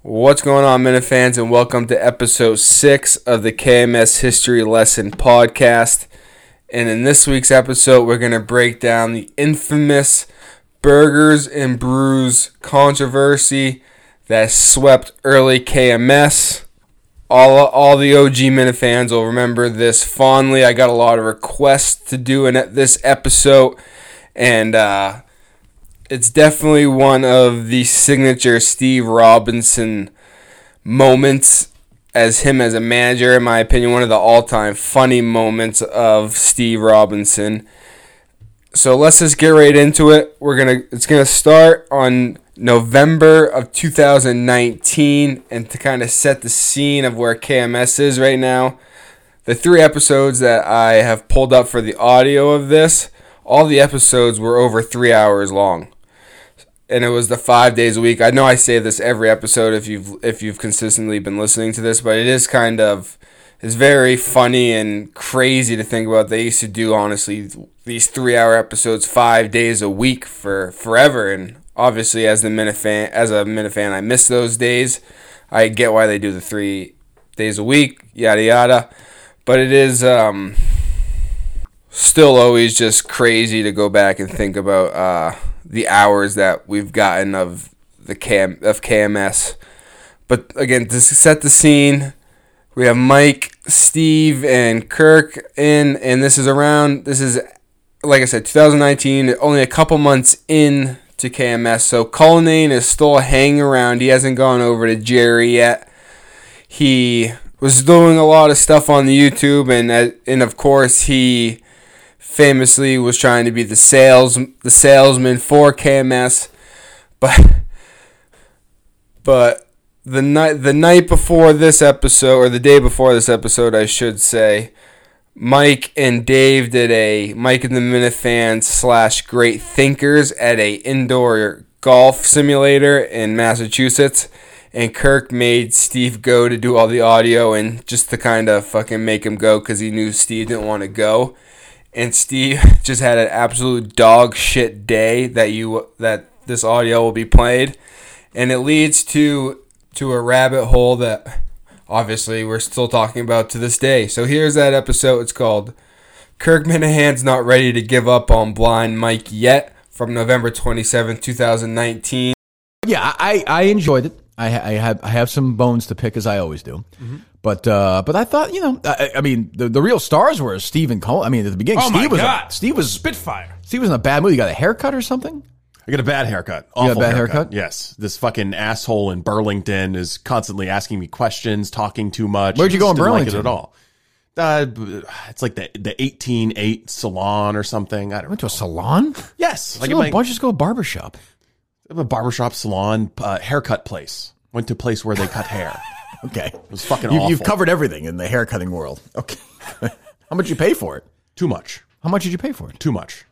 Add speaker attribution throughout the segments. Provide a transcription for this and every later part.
Speaker 1: What's going on, Minifans, and welcome to episode six of the KMS History Lesson Podcast. And in this week's episode, we're going to break down the infamous Burgers and Brews controversy that swept early KMS. All, all the OG Minifans will remember this fondly. I got a lot of requests to do in this episode, and uh, it's definitely one of the signature Steve Robinson moments as him as a manager, in my opinion, one of the all time funny moments of Steve Robinson. So let's just get right into it. We're gonna it's gonna start on November of 2019 and to kind of set the scene of where KMS is right now. The three episodes that I have pulled up for the audio of this, all the episodes were over three hours long and it was the five days a week. I know I say this every episode if you've if you've consistently been listening to this, but it is kind of it's very funny and crazy to think about. They used to do honestly these three hour episodes five days a week for forever, and obviously as the minifan as a minifan, I miss those days. I get why they do the three days a week, yada yada, but it is. Um, still always just crazy to go back and think about uh, the hours that we've gotten of the cam of KMS. But again, to set the scene, we have Mike, Steve, and Kirk in, and this is around. This is like I said, 2019, only a couple months in to KMS. So Cullinane is still hanging around. He hasn't gone over to Jerry yet. He was doing a lot of stuff on the YouTube, and uh, and of course he famously was trying to be the sales the salesman for KMS, but but the night the night before this episode or the day before this episode, I should say, Mike and Dave did a Mike and the Minifans slash Great Thinkers at a indoor golf simulator in Massachusetts. And Kirk made Steve go to do all the audio and just to kind of fucking make him go because he knew Steve didn't want to go and Steve just had an absolute dog shit day that you that this audio will be played and it leads to to a rabbit hole that obviously we're still talking about to this day. So here's that episode it's called Kirk Minahan's not ready to give up on blind Mike yet from November 27, 2019.
Speaker 2: Yeah, I, I enjoyed it. I, ha- I have I have some bones to pick as I always do,
Speaker 3: Mm-hmm.
Speaker 2: but uh, but I thought you know I, I mean the, the real stars were Steve and Cole. I mean at the beginning
Speaker 4: Oh
Speaker 2: Steve
Speaker 4: my
Speaker 2: was
Speaker 4: God.
Speaker 2: A, Steve was
Speaker 4: Spitfire.
Speaker 2: Steve was in a bad mood. He got a haircut or something.
Speaker 3: I got a bad haircut.
Speaker 2: got a
Speaker 3: Awful
Speaker 2: bad
Speaker 3: haircut.
Speaker 2: haircut?
Speaker 3: Yes. This fucking asshole in Burlington is constantly asking me questions, talking too much.
Speaker 2: Where'd you go
Speaker 3: Just
Speaker 2: in
Speaker 3: didn't like it
Speaker 2: Burlington?
Speaker 3: at all. Uh, b- it's like the the eighteen eight salon or something. I don't.
Speaker 2: Went to a salon.
Speaker 3: Yes,
Speaker 2: Like
Speaker 3: like
Speaker 2: a
Speaker 3: in my,
Speaker 2: bunch just go to a barbershop.
Speaker 3: a barbershop salon, uh, haircut place. Went to a place where they cut hair.
Speaker 2: Okay,
Speaker 3: It was fucking
Speaker 2: you,
Speaker 3: awful.
Speaker 2: you've covered everything in the haircutting world. Okay, how much did you pay for it?
Speaker 3: too much.
Speaker 2: How much did you pay for it?
Speaker 3: Too much.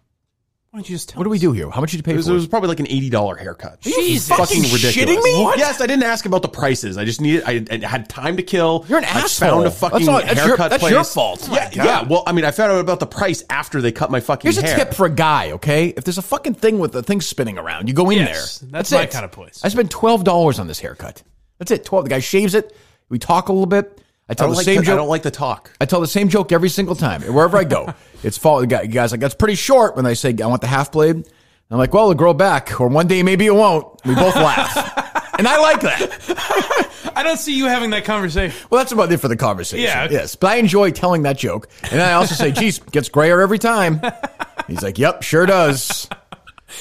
Speaker 4: Why don't you just tell
Speaker 2: What do we do here? How much did you pay
Speaker 3: It was,
Speaker 2: for
Speaker 3: it
Speaker 2: it?
Speaker 3: was probably like an eighty dollar haircut.
Speaker 4: Jesus.
Speaker 3: fucking
Speaker 2: Fucking
Speaker 3: ridiculous.
Speaker 2: shitting me? What?
Speaker 3: Yes, I didn't ask about the prices. I just needed. I, I had time to kill.
Speaker 2: You're an
Speaker 3: I
Speaker 2: asshole.
Speaker 3: Found a
Speaker 2: That's
Speaker 3: fucking
Speaker 2: all- that's your-
Speaker 3: haircut
Speaker 2: that's
Speaker 3: place.
Speaker 2: your fault. Oh My
Speaker 3: Yeah, yeah. Well, I mean, I found out about the price after they cut my fucking
Speaker 2: Here's a
Speaker 3: hair.
Speaker 2: tip for a guy, okay? If there's a fucking thing with the thing spinning around, you go in
Speaker 4: Yes,
Speaker 2: there.
Speaker 4: that's my
Speaker 2: it.
Speaker 4: kind of place.
Speaker 2: I spent twelve dollars on this haircut. That's it. Twelve. The guy shaves it. We talk a little bit. I
Speaker 3: I
Speaker 2: tell
Speaker 3: don't,
Speaker 2: the
Speaker 3: like
Speaker 2: same
Speaker 3: the, I
Speaker 2: joke.
Speaker 3: don't like the talk.
Speaker 2: I tell the same joke every single time, wherever I go. It's fall. The guy, guys, like that's pretty short. When I say I want the half blade, And I'm like, well, it'll grow back, or one day maybe it won't. We both laugh, and I like that.
Speaker 4: I don't see you having that conversation.
Speaker 2: Well, that's about it for the conversation.
Speaker 4: Yeah.
Speaker 2: Yes, but I enjoy telling that joke, and I also say, geez, gets grayer every time. He's like, yep, sure does.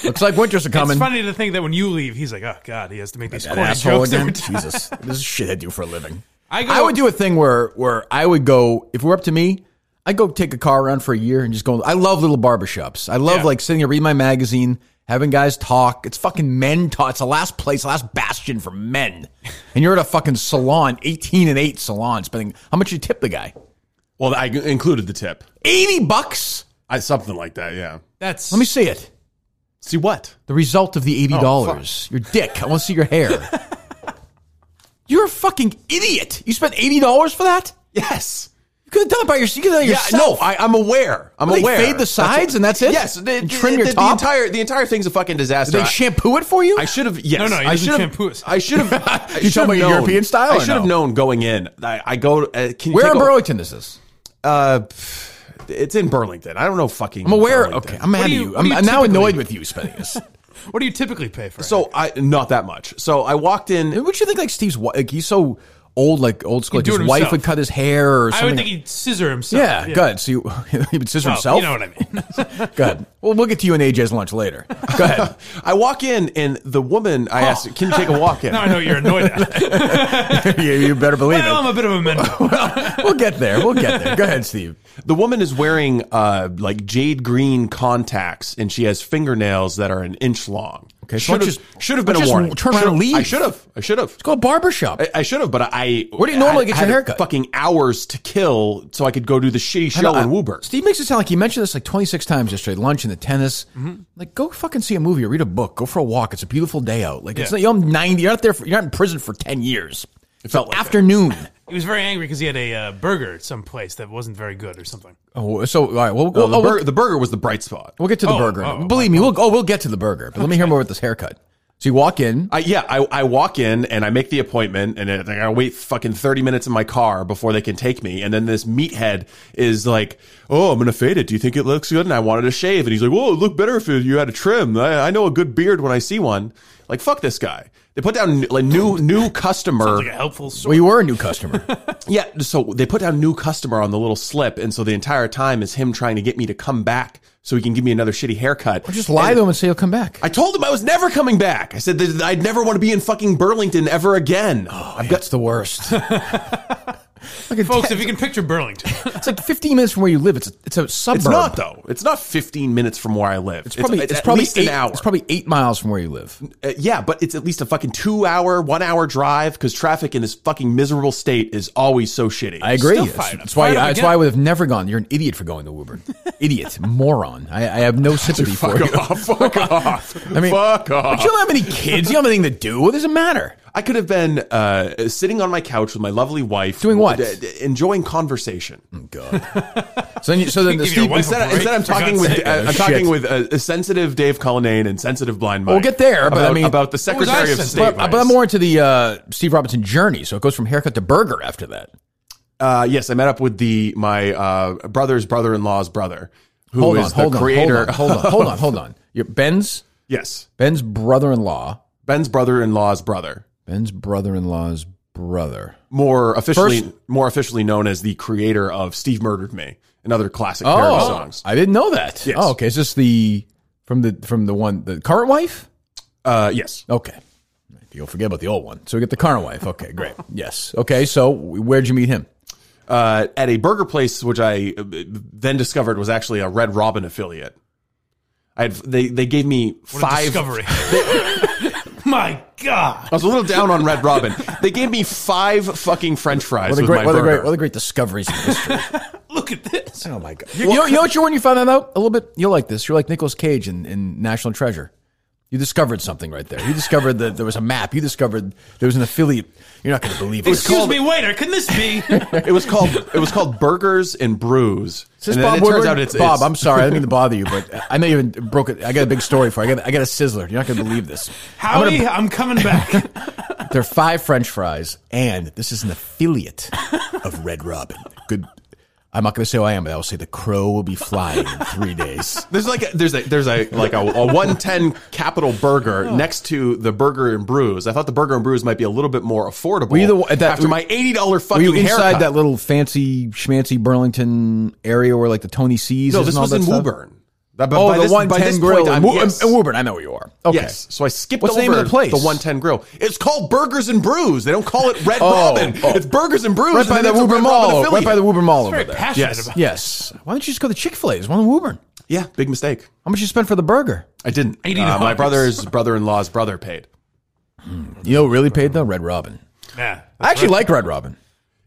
Speaker 2: Looks like winters are coming.
Speaker 4: It's funny to think that when you leave, he's like, "Oh God, he has to make these
Speaker 2: That
Speaker 4: corny
Speaker 2: asshole
Speaker 4: jokes."
Speaker 2: again.
Speaker 4: Every time.
Speaker 2: Jesus, this is shit I do for a living.
Speaker 4: I go-
Speaker 2: I would do a thing where where I would go if it were up to me. I'd go take a car around for a year and just go. I love little barbershops. I love
Speaker 4: Yeah.
Speaker 2: like sitting here reading my magazine, having guys talk. It's fucking men talk. It's the last place, last bastion for men. And you're at a fucking salon, eighteen and eight salon, spending how much you tip the guy?
Speaker 3: Well, I included the tip.
Speaker 2: Eighty bucks.
Speaker 3: I, something like that. Yeah.
Speaker 4: That's
Speaker 2: Let me see it.
Speaker 3: See what?
Speaker 2: The result of the
Speaker 4: Oh,
Speaker 2: eighty dollars. your dick. I want to see your hair. You're a fucking idiot. You spent eighty dollars for that.
Speaker 3: Yes.
Speaker 2: You could have done it by your, you could have done it
Speaker 3: Yeah,
Speaker 2: yourself.
Speaker 3: no, I, I'm aware. I'm
Speaker 2: What, they
Speaker 3: aware.
Speaker 2: fade the
Speaker 3: That's
Speaker 2: sides and that's it?
Speaker 3: Yes, they,
Speaker 2: And trim
Speaker 3: the,
Speaker 2: your
Speaker 3: the- the
Speaker 2: top?
Speaker 3: entire the entire thing's a fucking disaster.
Speaker 2: Did they
Speaker 3: I-
Speaker 2: shampoo it for you?
Speaker 3: I should have. Yes.
Speaker 4: No, no, he
Speaker 3: I
Speaker 4: doesn't
Speaker 3: should have.
Speaker 4: shampoo us.
Speaker 3: I should have. I
Speaker 2: You
Speaker 3: should
Speaker 2: talking
Speaker 3: have
Speaker 2: about
Speaker 3: known.
Speaker 2: European style
Speaker 3: I
Speaker 2: or
Speaker 3: should have
Speaker 2: no?
Speaker 3: known going in. I, I go. Uh, can you
Speaker 2: Where
Speaker 3: take
Speaker 2: in
Speaker 3: a-
Speaker 2: Burlington is this?
Speaker 3: Uh, it's in Burlington. I don't know. Fucking.
Speaker 2: I'm aware.
Speaker 3: Burlington.
Speaker 2: Okay, I'm mad
Speaker 4: do
Speaker 2: at
Speaker 4: you-
Speaker 2: you.
Speaker 4: what
Speaker 2: I'm,
Speaker 4: do you
Speaker 2: I'm now
Speaker 4: typically-
Speaker 2: annoyed with you, Spenius.
Speaker 4: What do you typically pay for?
Speaker 3: So I not that much. So I walked in.
Speaker 2: Wouldn't you think like Steve's wi- like he's so old, like old school? Like,
Speaker 4: do
Speaker 2: his
Speaker 4: it
Speaker 2: wife
Speaker 4: himself.
Speaker 2: would cut his hair or
Speaker 4: I
Speaker 2: something.
Speaker 4: would think he'd scissor himself.
Speaker 2: yeah, good. So you, he would scissor
Speaker 4: Well,
Speaker 2: himself.
Speaker 4: Oh, You know what I mean?
Speaker 2: Good. Well, we'll get to you and AJ's lunch later. Go ahead.
Speaker 3: I walk in, and the woman
Speaker 2: Oh.
Speaker 3: I asked, "Can you take a walk in?"
Speaker 4: now I know what you're annoyed at.
Speaker 2: you, you better believe
Speaker 4: Well, I'm a bit of a mentor.
Speaker 2: it. We'll get there. We'll get there. Go ahead, Steve.
Speaker 3: The woman is wearing uh, like jade green contacts, and she has fingernails that are an inch long. Okay,
Speaker 2: so why don't
Speaker 3: should have
Speaker 2: you just-
Speaker 3: should have
Speaker 2: why don't
Speaker 3: been
Speaker 2: you
Speaker 3: a
Speaker 2: just
Speaker 3: warning.
Speaker 2: turn around and
Speaker 3: Should've- I
Speaker 2: leave?
Speaker 3: should have. I should have.
Speaker 2: Go to a barber shop.
Speaker 3: I, I should have, but I.
Speaker 2: Where do you normally
Speaker 3: I-
Speaker 2: get
Speaker 3: I
Speaker 2: your
Speaker 3: had
Speaker 2: haircut?
Speaker 3: Fucking hours to kill, so I could go do the shitty show in Woburn.
Speaker 2: Steve makes it sound like he mentioned this like 26 times yesterday. Lunch and the tennis. Like, go fucking see a movie or read a book. Go for a walk. It's a beautiful day out. Like, it's
Speaker 4: Yeah.
Speaker 2: not, you're 90. You're not there. For, you're not in prison for 10 years.
Speaker 3: It felt like
Speaker 2: Afternoon.
Speaker 4: He was very angry because he had a uh, burger at some place that wasn't very good or something.
Speaker 2: Oh, so all right. Well,
Speaker 3: It.
Speaker 2: we'll,
Speaker 3: the,
Speaker 2: oh, we'll-
Speaker 3: burger, the burger was the bright spot.
Speaker 2: we'll get to the
Speaker 4: Oh,
Speaker 2: burger.
Speaker 4: oh,
Speaker 2: Believe me, we'll oh, we'll get to the burger. But let me hear more about this haircut. So you walk in.
Speaker 3: I, yeah, I, I walk in and I make the appointment, and then I gotta wait fucking thirty minutes in my car before they can take me. And then this meathead is like, "Oh, I'm gonna fade it. Do you think it looks good?" And I wanted to shave, and he's like, "Whoa, it looked better if you had a trim. I, I know a good beard when I see one." Like, fuck this guy. They put down like new new customer.
Speaker 4: Like a helpful sort.
Speaker 2: Well, you were a new customer.
Speaker 3: Yeah, so they put down new customer on the little slip, and so the entire time is him trying to get me to come back so he can give me another shitty haircut.
Speaker 2: Just lie to him and say you'll come back.
Speaker 3: I told him I was never coming back. I said that I'd never want to be in fucking Burlington ever again. I've got
Speaker 2: That's the worst. Fucking
Speaker 4: Folks,
Speaker 2: ten-
Speaker 4: if you can picture Burlington,
Speaker 2: it's like 15 minutes from where you live. It's a, it's a suburb.
Speaker 3: it's not though. It's not 15 minutes from where I live. It's
Speaker 2: Probably, it's,
Speaker 3: it's, at
Speaker 2: probably
Speaker 3: least
Speaker 2: eight,
Speaker 3: an hour.
Speaker 2: It's probably eight miles from where you live.
Speaker 3: Uh, yeah, but it's at least a fucking two hour, one hour drive because traffic in this fucking miserable state is always so shitty.
Speaker 2: I agree.
Speaker 4: Still
Speaker 2: That's,
Speaker 4: fired up.
Speaker 2: that's why.
Speaker 4: Fired up
Speaker 2: That's
Speaker 4: again.
Speaker 2: why I would have never gone. You're an idiot for going to Woburn. idiot, moron. I, I have no sympathy for you.
Speaker 3: fuck off. Fuck off.
Speaker 2: I mean,
Speaker 3: fuck off.
Speaker 2: But you don't have any kids. You don't have anything to do. It doesn't matter.
Speaker 3: I could have been uh, sitting on my couch with my lovely wife,
Speaker 2: Doing what? Mm-hmm.
Speaker 3: d- d- enjoying conversation.
Speaker 2: God. So then, you, so then the
Speaker 4: Give your
Speaker 2: Steve.
Speaker 4: wife a
Speaker 3: Instead,
Speaker 4: break,
Speaker 3: instead I'm
Speaker 4: for
Speaker 3: talking
Speaker 4: God's
Speaker 3: with
Speaker 4: sake.
Speaker 3: uh, I'm
Speaker 2: Shit.
Speaker 3: talking with uh, a sensitive Dave Cullinane and sensitive Blind Mike.
Speaker 2: We'll get there, but
Speaker 3: about,
Speaker 2: I mean-
Speaker 3: about the
Speaker 4: was I
Speaker 3: Secretary of State.
Speaker 4: sensitive?
Speaker 2: But, but I'm more into the uh, Steve Robinson journey. So it goes from haircut to burger after that.
Speaker 3: uh, yes, I met up with the my uh, brother's brother-in-law's brother, who
Speaker 2: Hold on,
Speaker 3: is the
Speaker 2: hold on,
Speaker 3: creator.
Speaker 2: hold on, hold on, hold on, hold on. Your Ben's
Speaker 3: yes,
Speaker 2: Ben's brother-in-law.
Speaker 3: Ben's brother-in-law's brother,
Speaker 2: Ben's brother-in-law's brother.
Speaker 3: more officially
Speaker 2: First-
Speaker 3: more officially known as the creator of "Steve Murdered Me" and other classic oh. songs.
Speaker 2: I didn't know that.
Speaker 3: Yes.
Speaker 2: Oh, okay. Is this the from the from the one the current wife?
Speaker 3: Uh, yes,
Speaker 2: Okay. You'll forget about the old one. So we get the current wife. Okay, great. Yes. Okay, so where'd you meet him?
Speaker 3: uh, at a burger place, which I uh, then discovered was actually a Red Robin affiliate. I had, they they gave me
Speaker 4: what a
Speaker 3: five.
Speaker 4: discovery. My God.
Speaker 3: I was a little down on Red Robin. They gave me five fucking French fries
Speaker 2: What a
Speaker 3: with
Speaker 2: great,
Speaker 3: my
Speaker 2: what a
Speaker 3: burger.
Speaker 2: great, what a great discoveries in history.
Speaker 4: Look at this.
Speaker 2: oh my god! You, you know, you know what you're when you find that out a little bit. You'll like this. You're like Nicolas Cage in, in National Treasure. You discovered something right there. You discovered that there was a map. You discovered there was an affiliate. You're not going to believe it.
Speaker 4: Excuse
Speaker 3: called-
Speaker 4: me, waiter. Can this be?
Speaker 3: It was called it was called Burgers and Brews.
Speaker 2: Is this
Speaker 3: and then
Speaker 2: Bob
Speaker 3: it
Speaker 2: Woodward?
Speaker 3: turns out it's
Speaker 2: Bob.
Speaker 3: it's-
Speaker 2: I'm sorry. I didn't mean to bother you, but I know you even broke it. I got a big story for. You. I got I got a sizzler. You're not going to believe this. I'm gonna-
Speaker 4: Howie, I'm coming back.
Speaker 2: They're five French fries, and this is an affiliate of Red Robin. Good. I'm not going to say who I am, but I will say the crow will be flying in three days.
Speaker 3: there's like a, there's a there's a like a, a 110 capital burger
Speaker 4: Oh.
Speaker 3: next to the Burger and Brews. I thought the Burger and Brews might be a little bit more affordable.
Speaker 2: you the one- at that-
Speaker 3: after my eighty dollar
Speaker 2: Were
Speaker 3: fucking
Speaker 2: you inside
Speaker 3: haircut.
Speaker 2: that little fancy schmancy Burlington area where like the Tony C's?
Speaker 3: no,
Speaker 2: is
Speaker 3: this
Speaker 2: and all
Speaker 3: was
Speaker 2: that
Speaker 3: in
Speaker 2: stuff?
Speaker 3: Woburn. That- but
Speaker 2: Oh,
Speaker 3: by
Speaker 2: the
Speaker 3: this- by
Speaker 2: one
Speaker 3: this
Speaker 2: ten
Speaker 3: point,
Speaker 2: grill in,
Speaker 3: I'm-
Speaker 2: Wo-
Speaker 3: yes.
Speaker 2: in Woburn. I know where you are. Okay.
Speaker 3: Yes, so I skipped
Speaker 2: What's the
Speaker 3: over
Speaker 2: name of the place?
Speaker 3: 110 Grill. It's called Burgers and Brews. They don't call it Red
Speaker 2: Oh,
Speaker 3: Robin.
Speaker 2: oh.
Speaker 3: It's Burgers and Brews.
Speaker 2: right by
Speaker 3: and
Speaker 2: the
Speaker 3: it's a
Speaker 2: Woburn
Speaker 3: Red Robin
Speaker 2: Mall. Right
Speaker 3: affiliate.
Speaker 2: by the Woburn Mall over
Speaker 4: Very
Speaker 2: there.
Speaker 4: passionate
Speaker 3: Yes.
Speaker 4: about
Speaker 2: Yes. Why don't you just go to Chick Fil A? There's one in Woburn.
Speaker 3: Yeah, big mistake.
Speaker 2: How much you spend for the burger?
Speaker 3: I didn't.
Speaker 4: $80.
Speaker 3: Uh, my brother's brother-in-law's brother paid.
Speaker 2: You know, who really paid though. Red Robin.
Speaker 4: Yeah.
Speaker 2: I actually like Red Robin.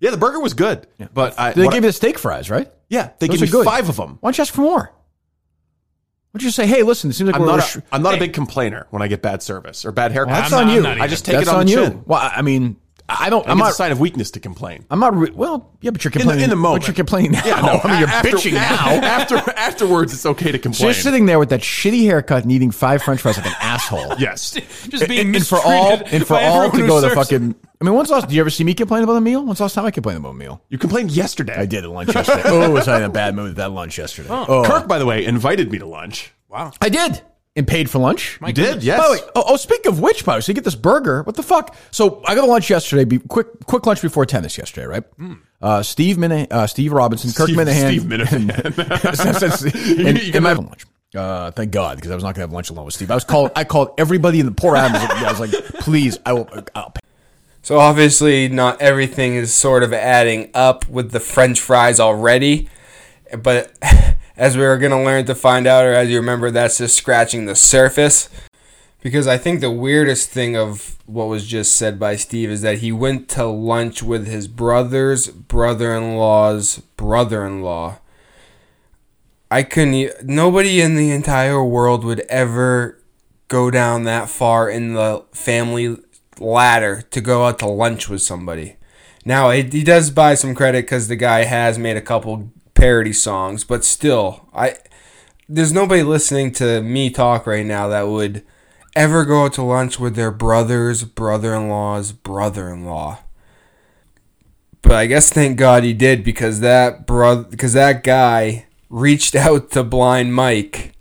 Speaker 3: Yeah, the burger was good, but I,
Speaker 2: They
Speaker 3: what-
Speaker 2: gave you the steak fries, right?
Speaker 3: yeah they
Speaker 2: Those
Speaker 3: gave
Speaker 2: are
Speaker 3: me
Speaker 2: good.
Speaker 3: five of them.
Speaker 2: Why don't you ask for more? Why don't you say, hey, listen, it seems like
Speaker 3: I'm
Speaker 2: we're.
Speaker 3: not.
Speaker 2: we're
Speaker 3: A,
Speaker 2: sh-
Speaker 3: I'm not a big complainer when I get bad service or bad haircuts.
Speaker 2: that's
Speaker 4: I'm
Speaker 2: on
Speaker 4: not-
Speaker 2: you.
Speaker 4: I'm not
Speaker 3: I
Speaker 4: either.
Speaker 3: just take
Speaker 2: that's
Speaker 3: it on,
Speaker 2: on
Speaker 3: the
Speaker 2: you.
Speaker 3: chin.
Speaker 2: Well, I I mean, I don't.
Speaker 3: I'm
Speaker 2: I'm
Speaker 3: it's a
Speaker 2: not.
Speaker 3: sign of weakness to complain.
Speaker 2: I'm not. Re- well, yeah, but you're complaining
Speaker 3: in the moment.
Speaker 2: But you're complaining now.
Speaker 3: Yeah, no,
Speaker 2: I mean, you're
Speaker 3: after-
Speaker 2: bitching now.
Speaker 3: After afterwards, it's okay to
Speaker 2: So
Speaker 3: complain.
Speaker 2: you're sitting there with that shitty haircut and eating five French fries like an asshole.
Speaker 3: yes,
Speaker 5: Just being
Speaker 2: and for
Speaker 5: mistreated
Speaker 2: all and for
Speaker 5: by
Speaker 2: all
Speaker 5: everyone
Speaker 2: to
Speaker 5: who
Speaker 2: go to
Speaker 5: serves it.
Speaker 2: fucking. I mean, when's the last? Do you ever see me complain about a meal? When's the last time I complained about a meal?
Speaker 3: you complained yesterday.
Speaker 2: I did at lunch yesterday. oh, was I in a bad mood at that lunch yesterday? Oh,
Speaker 3: Kirk, by the way, invited me to lunch.
Speaker 5: Wow.
Speaker 2: I did and paid for lunch.
Speaker 3: You did, yes.
Speaker 2: By the way, oh, oh, speak of which, by the way, so you get this burger. What the fuck? So I got a lunch yesterday. Be, quick, quick lunch before tennis yesterday, right? Uh, Steve Mina, uh, Steve Robinson, Kirk
Speaker 3: Hmm. Steve-
Speaker 2: Minahan,
Speaker 3: Steve Minahan.
Speaker 2: and, and,
Speaker 3: you
Speaker 2: and my lunch. Uh, thank God, because I was not gonna have lunch alone with Steve. I was called. I called everybody in the poor Adams. I was like, please, I will. I'll pay.
Speaker 1: So obviously, not everything is sort of adding up with the French fries already, but as we were gonna learn to find out, or as you remember, that's just scratching the surface. Because I think the weirdest thing of what was just said by Steve is that he went to lunch with his brother's brother-in-law's brother-in-law. I couldn't. e- Nobody in the entire world would ever go down that far in the family ladder to go out to lunch with somebody. Now it, he does buy some credit because the guy has made a couple parody songs, but still, I there's nobody listening to me talk right now that would ever go out to lunch with their brother's brother-in-law's brother-in-law. But I guess thank God he did because that brother because that guy reached out to Blind Mike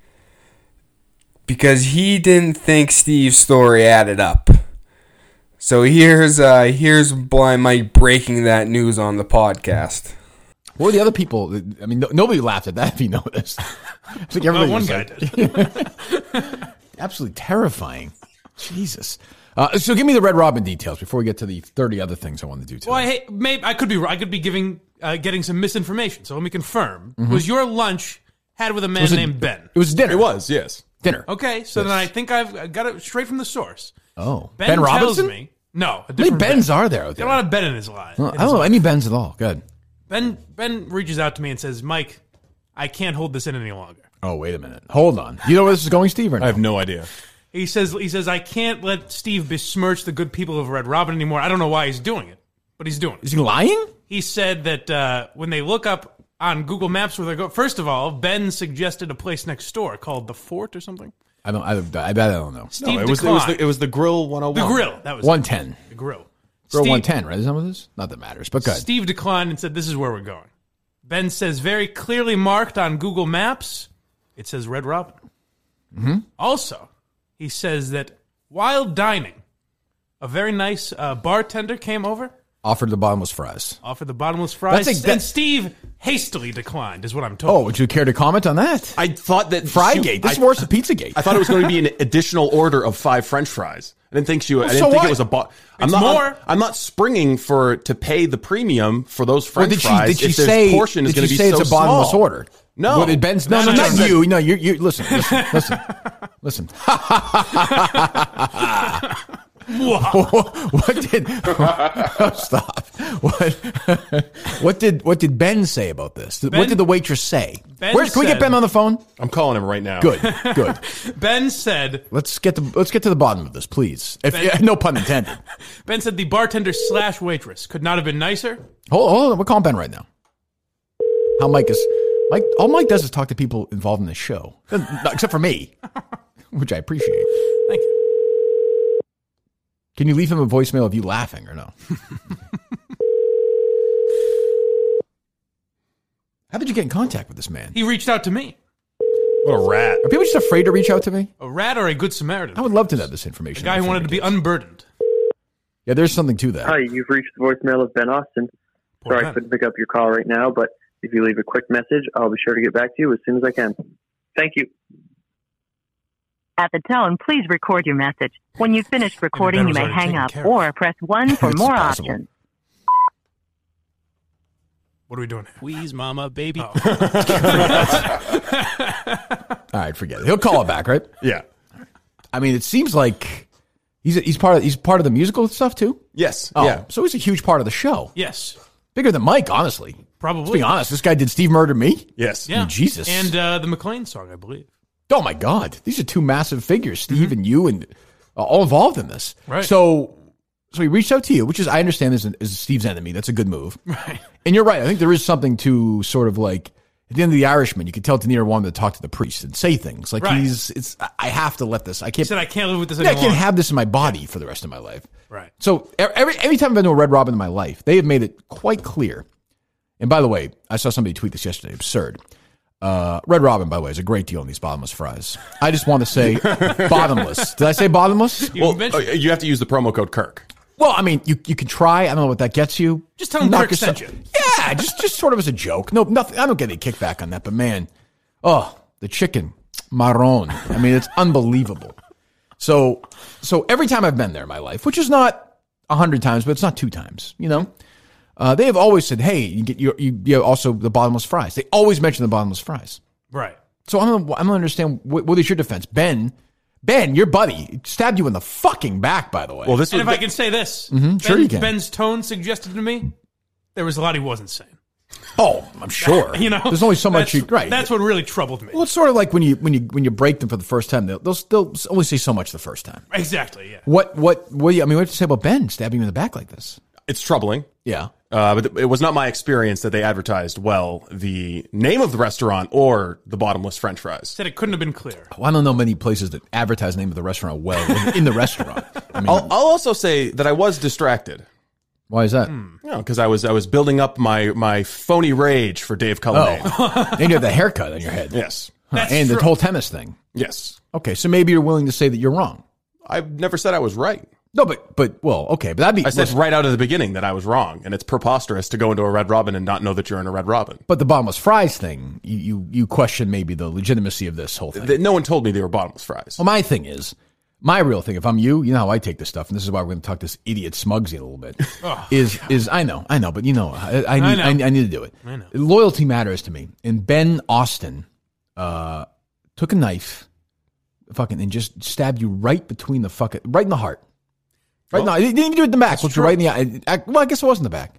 Speaker 1: because he didn't think Steve's story added up. So here's uh here's Blind Mike breaking that news on the podcast.
Speaker 2: What were the other people? I mean, no, nobody laughed at that. If you noticed, I think everybody.
Speaker 5: Well, one
Speaker 2: was
Speaker 5: guy
Speaker 2: like,
Speaker 5: did.
Speaker 2: absolutely terrifying. Jesus. Uh, so give me the Red Robin details before we get to the 30 other things I wanted to do today.
Speaker 5: Well, hey, maybe I could be. wrong. I could be giving, uh, getting some misinformation. So let me confirm. Was your lunch had with a
Speaker 2: Mm-hmm.
Speaker 5: man
Speaker 2: was a-
Speaker 5: named Ben?
Speaker 2: it was dinner.
Speaker 3: It was yes.
Speaker 2: Dinner.
Speaker 5: Okay, so then I think I've I got it straight from the source.
Speaker 2: Oh.
Speaker 5: Ben,
Speaker 2: Ben
Speaker 5: tells
Speaker 2: Robinson?
Speaker 5: me no. A
Speaker 2: How many
Speaker 5: different
Speaker 2: Bens are there out
Speaker 5: Ben.
Speaker 2: there? Oh,
Speaker 5: A lot of Ben in his line.
Speaker 2: I don't know any Bens at all. Good.
Speaker 5: Ben Ben reaches out to me and says, "Mike, I can't hold this in any longer."
Speaker 2: Oh, wait a minute. Hold on. You know where this is going, Steve? Or no?
Speaker 3: no idea.
Speaker 5: He says, "He says I can't let Steve besmirch the good people of Red Robin anymore. I don't know why he's doing it, but he's doing it."
Speaker 2: Is he lying?
Speaker 5: He said that uh, when they look up on Google Maps where they go, first of all, Ben suggested a place next door called the Fort or something.
Speaker 2: I don't. I, I bet I don't know.
Speaker 5: Steve
Speaker 3: it was, it
Speaker 5: declined.
Speaker 3: was the, it was the grill 101.
Speaker 5: the grill. That was
Speaker 2: One ten.
Speaker 5: it, the grill.
Speaker 2: Throw
Speaker 5: Steve-
Speaker 2: one ten. Right? Is that what this? Not that matters. But good.
Speaker 5: Steve declined and said, "This is where we're going." Ben says, "Very clearly marked on Google Maps, it says Red Robin." Also, he says that while dining, a very nice uh, bartender came over,
Speaker 2: Offered the bottomless fries.
Speaker 5: offered the bottomless fries,
Speaker 2: That's a- that-
Speaker 5: and Steve hastily declined, is what I'm
Speaker 2: Oh,
Speaker 5: told.
Speaker 2: would you care to comment on that?
Speaker 3: I thought that she-
Speaker 2: Frygate. This is
Speaker 3: I,
Speaker 2: worse than Pizzagate.
Speaker 3: I thought it was going to be an additional order of five French fries. I didn't think she. I didn't
Speaker 2: so
Speaker 3: think
Speaker 2: what?
Speaker 3: it was a bot. I'm
Speaker 5: It's
Speaker 3: not.
Speaker 5: more.
Speaker 3: I'm, I'm not springing for to pay the premium for those French
Speaker 2: did she,
Speaker 3: fries.
Speaker 2: did she
Speaker 3: if their
Speaker 2: say,
Speaker 3: portion is
Speaker 2: did
Speaker 3: going to
Speaker 2: she
Speaker 3: be
Speaker 2: say
Speaker 3: so
Speaker 2: it's a bottomless
Speaker 3: small.
Speaker 2: order?
Speaker 3: No.
Speaker 2: What, did Ben's, no,
Speaker 5: No,
Speaker 2: no,
Speaker 5: no,
Speaker 2: not
Speaker 5: no.
Speaker 2: you. No, you, you, listen, listen, listen, listen. what did, stop. What, what did, what did Ben say about this? what
Speaker 5: Ben-
Speaker 2: did the waitress say?
Speaker 5: Ben
Speaker 2: Where's, can we get
Speaker 5: said-
Speaker 2: Ben on the phone?
Speaker 3: I'm calling him right now.
Speaker 2: Good, good.
Speaker 5: Ben said,
Speaker 2: Let's get the, let's get to the bottom of this, please. If,
Speaker 5: Ben-
Speaker 2: no pun intended.
Speaker 5: "Ben said the bartender slash waitress could not have been nicer."
Speaker 2: Hold, hold on, we're calling Ben right now. How Mike is Mike? All Mike does is talk to people involved in the show, except for me, which I appreciate.
Speaker 5: Thank you.
Speaker 2: Can you leave him a voicemail of you laughing or no? How did you get in contact with this man?
Speaker 5: He reached out to me,
Speaker 3: What a rat.
Speaker 2: Are people just afraid to reach out to me?
Speaker 5: a rat or a good Samaritan,
Speaker 2: I would love to know this information.
Speaker 5: a guy who wanted to be unburdened.
Speaker 2: Yeah, there's something to that.
Speaker 6: Hi, you've reached the voicemail of Ben Austin.
Speaker 5: Poor
Speaker 6: Sorry
Speaker 5: Ben.
Speaker 6: I couldn't pick up your call right now, but if you leave a quick message, I'll be sure to get back to you as soon as I can. Thank you.
Speaker 7: At the tone, please record your message. When you've finished recording, you
Speaker 5: was
Speaker 7: may
Speaker 5: already
Speaker 7: hang
Speaker 5: taken
Speaker 7: up
Speaker 5: care of.
Speaker 7: or press 1 for
Speaker 2: It's
Speaker 7: more
Speaker 2: possible.
Speaker 7: options.
Speaker 5: What are we doing? Here?
Speaker 8: Wheeze, mama, baby.
Speaker 4: Oh,
Speaker 2: All right, forget it. He'll call it back, right?
Speaker 3: Yeah.
Speaker 2: I mean, it seems like he's he's part of he's part of the musical stuff too.
Speaker 3: Yes.
Speaker 2: Oh,
Speaker 3: Yeah.
Speaker 2: so he's a huge part of the show.
Speaker 5: Yes,
Speaker 2: Bigger than Mike, honestly.
Speaker 5: probably.
Speaker 2: Let's be honest. This guy did Steve murder me?
Speaker 3: Yes.
Speaker 5: Yeah.
Speaker 2: Jesus.
Speaker 5: And uh, the McLean song, I believe.
Speaker 2: Oh my
Speaker 4: Mm-hmm.
Speaker 2: God. These are two massive figures, Steve and you, and uh, all involved in this.
Speaker 5: Right.
Speaker 2: So so he reached out to you, which is I understand is, is Steve's enemy. That's a good move, right? And you're right. I think there is something to sort of like at the end of the Irishman. You could tell De Niro wanted to talk to the priest and say things like
Speaker 4: Right.
Speaker 2: he's it's I- I have to let this. I
Speaker 4: He
Speaker 2: can't.
Speaker 4: said, I can't live with this
Speaker 2: I
Speaker 4: anymore.
Speaker 2: can't have this in my body for the rest of my life.
Speaker 4: right.
Speaker 2: So e- every every time I've been to a Red Robin in my life, they have made it quite clear. And by the way, I saw somebody tweet this yesterday. Absurd. Uh, Red Robin, by the way, is a great deal on these bottomless fries. I just want to say bottomless. Did I say bottomless?
Speaker 4: You
Speaker 3: Well,
Speaker 4: mentioned-
Speaker 3: uh, you have to use the promo code Kirk.
Speaker 2: Well, I mean, you, you can try. I don't know what that gets you.
Speaker 4: Just tell 'em
Speaker 2: Knock
Speaker 4: Kirk
Speaker 2: yourself-
Speaker 4: sent you.
Speaker 2: Yeah, just just sort of as a joke. No, nothing. I don't get any kickback on that. But man, oh, the chicken marron. I mean, it's unbelievable. So so every time I've been there in my life, which is not a hundred times, but it's not two times, you know. Uh, they have always said, "Hey, you get your you, you also the bottomless fries." They always mention the bottomless fries.
Speaker 4: right.
Speaker 2: So I'm gonna, I'm gonna understand what, what is your defense, Ben? Ben, your buddy stabbed you in the fucking back. By the way,
Speaker 3: Well, this
Speaker 4: And
Speaker 3: was
Speaker 4: if I can say this, ben,
Speaker 2: Mm-hmm. sure you can.
Speaker 4: Ben's tone suggested to me there was a lot he wasn't saying.
Speaker 2: Oh, I'm sure.
Speaker 4: You know,
Speaker 2: there's only so much you
Speaker 4: That's,
Speaker 2: right.
Speaker 4: That's what really troubled me.
Speaker 2: well, it's sort of like when you when you when you break them for the first time, they'll they'll, they'll only say so much the first time.
Speaker 4: exactly. Yeah.
Speaker 2: What what what? Do you, I mean, what do you say about Ben stabbing you in the back like this?
Speaker 3: it's troubling.
Speaker 2: Yeah,
Speaker 3: Uh, but it was not my experience that they advertised well the name of the restaurant or the bottomless French fries.
Speaker 4: Said it couldn't have been clear.
Speaker 2: well, I don't know many places that advertise the name of the restaurant well in, in the restaurant. I mean,
Speaker 3: I'll, I'll also say that I was distracted.
Speaker 2: why is that?
Speaker 4: Hmm.
Speaker 3: No, because I was I was building up my my phony rage for Dave Cullinane.
Speaker 2: and you have the haircut on your head,
Speaker 3: Yes,
Speaker 2: Huh,
Speaker 4: That's
Speaker 2: and the
Speaker 4: true.
Speaker 2: whole tennis thing.
Speaker 3: yes.
Speaker 2: Okay, so maybe you're willing to say that you're wrong.
Speaker 3: I've never said I was right.
Speaker 2: No, but but well, okay, but that'd be.
Speaker 3: I said right out of the beginning that I was wrong, and it's preposterous to go into a Red Robin and not know that you're in a Red Robin.
Speaker 2: but the bottomless fries thing, you, you you question maybe the legitimacy of this whole thing.
Speaker 3: That no one told me they were bottomless fries.
Speaker 2: Well, Oh my thing is, my real thing, if I'm you, you know how I take this stuff, and this is why we're going to talk this idiot Smugsy a little bit. is is I know, I know, but you know, I, I need I,
Speaker 4: Oh. know.
Speaker 2: I need to do it. I know. Loyalty matters to me, and Ben Austin uh, took a knife, fucking, and just stabbed you right between the fucking, right in the heart, right
Speaker 4: Oh.
Speaker 2: now. He didn't even do it in the back, which was right in the eye. I, well, I guess it was in the back.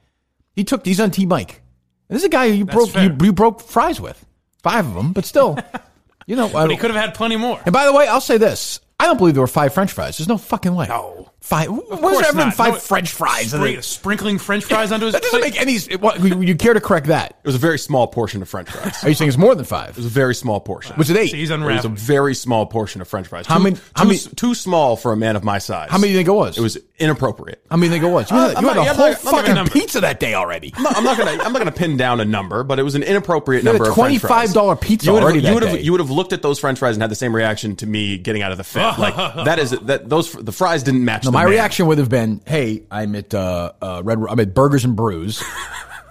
Speaker 2: He took. He's on T Mike. And this is a guy who you broke you,
Speaker 4: fair.
Speaker 2: you broke fries with, five of them, but still, you know.
Speaker 4: But he could have had plenty more.
Speaker 2: And by the way, I'll say this: I don't believe there were five French fries. There's no fucking way.
Speaker 4: No.
Speaker 2: five. Where's
Speaker 4: course
Speaker 2: ever been
Speaker 4: not.
Speaker 2: five
Speaker 4: No,
Speaker 2: French fries? in
Speaker 4: Spring-
Speaker 2: it?
Speaker 4: sprinkling French fries onto his
Speaker 2: that doesn't
Speaker 4: plate.
Speaker 2: make any. It, what, you, you care to correct that?
Speaker 3: it was a very small portion of French fries.
Speaker 2: Are you saying it's more than five?
Speaker 3: It was a very small portion.
Speaker 2: Was it
Speaker 4: So
Speaker 2: eight?
Speaker 4: he's
Speaker 3: It was a
Speaker 4: unraveling.
Speaker 3: very small portion of French fries.
Speaker 2: How
Speaker 3: Too-
Speaker 2: many- how
Speaker 3: too
Speaker 2: many-
Speaker 3: s- Too small for a man of my size.
Speaker 2: How many do you think it was?
Speaker 3: It was inappropriate.
Speaker 2: How many do you think it was? You had,
Speaker 3: I'm
Speaker 2: you had
Speaker 3: not-
Speaker 2: a
Speaker 3: I'm
Speaker 2: whole
Speaker 3: not- I'm not gonna
Speaker 2: fucking
Speaker 4: number.
Speaker 2: pizza that day already.
Speaker 3: I'm not, I'm not gonna. I'm not gonna pin down a number, but it was an inappropriate
Speaker 2: You had
Speaker 3: number.
Speaker 2: a
Speaker 3: of French fries.
Speaker 2: $25 pizza
Speaker 3: You would
Speaker 2: already
Speaker 3: have. You
Speaker 2: that
Speaker 3: would have,
Speaker 2: day.
Speaker 3: you would have looked at those French fries and had the same reaction to me getting out of the fit. like that is that those the fries didn't match.
Speaker 2: No,
Speaker 3: the
Speaker 2: my
Speaker 3: Oh, man.
Speaker 2: reaction would have been, "Hey, I'm at uh, uh, Red. I'm at Burgers and Brews.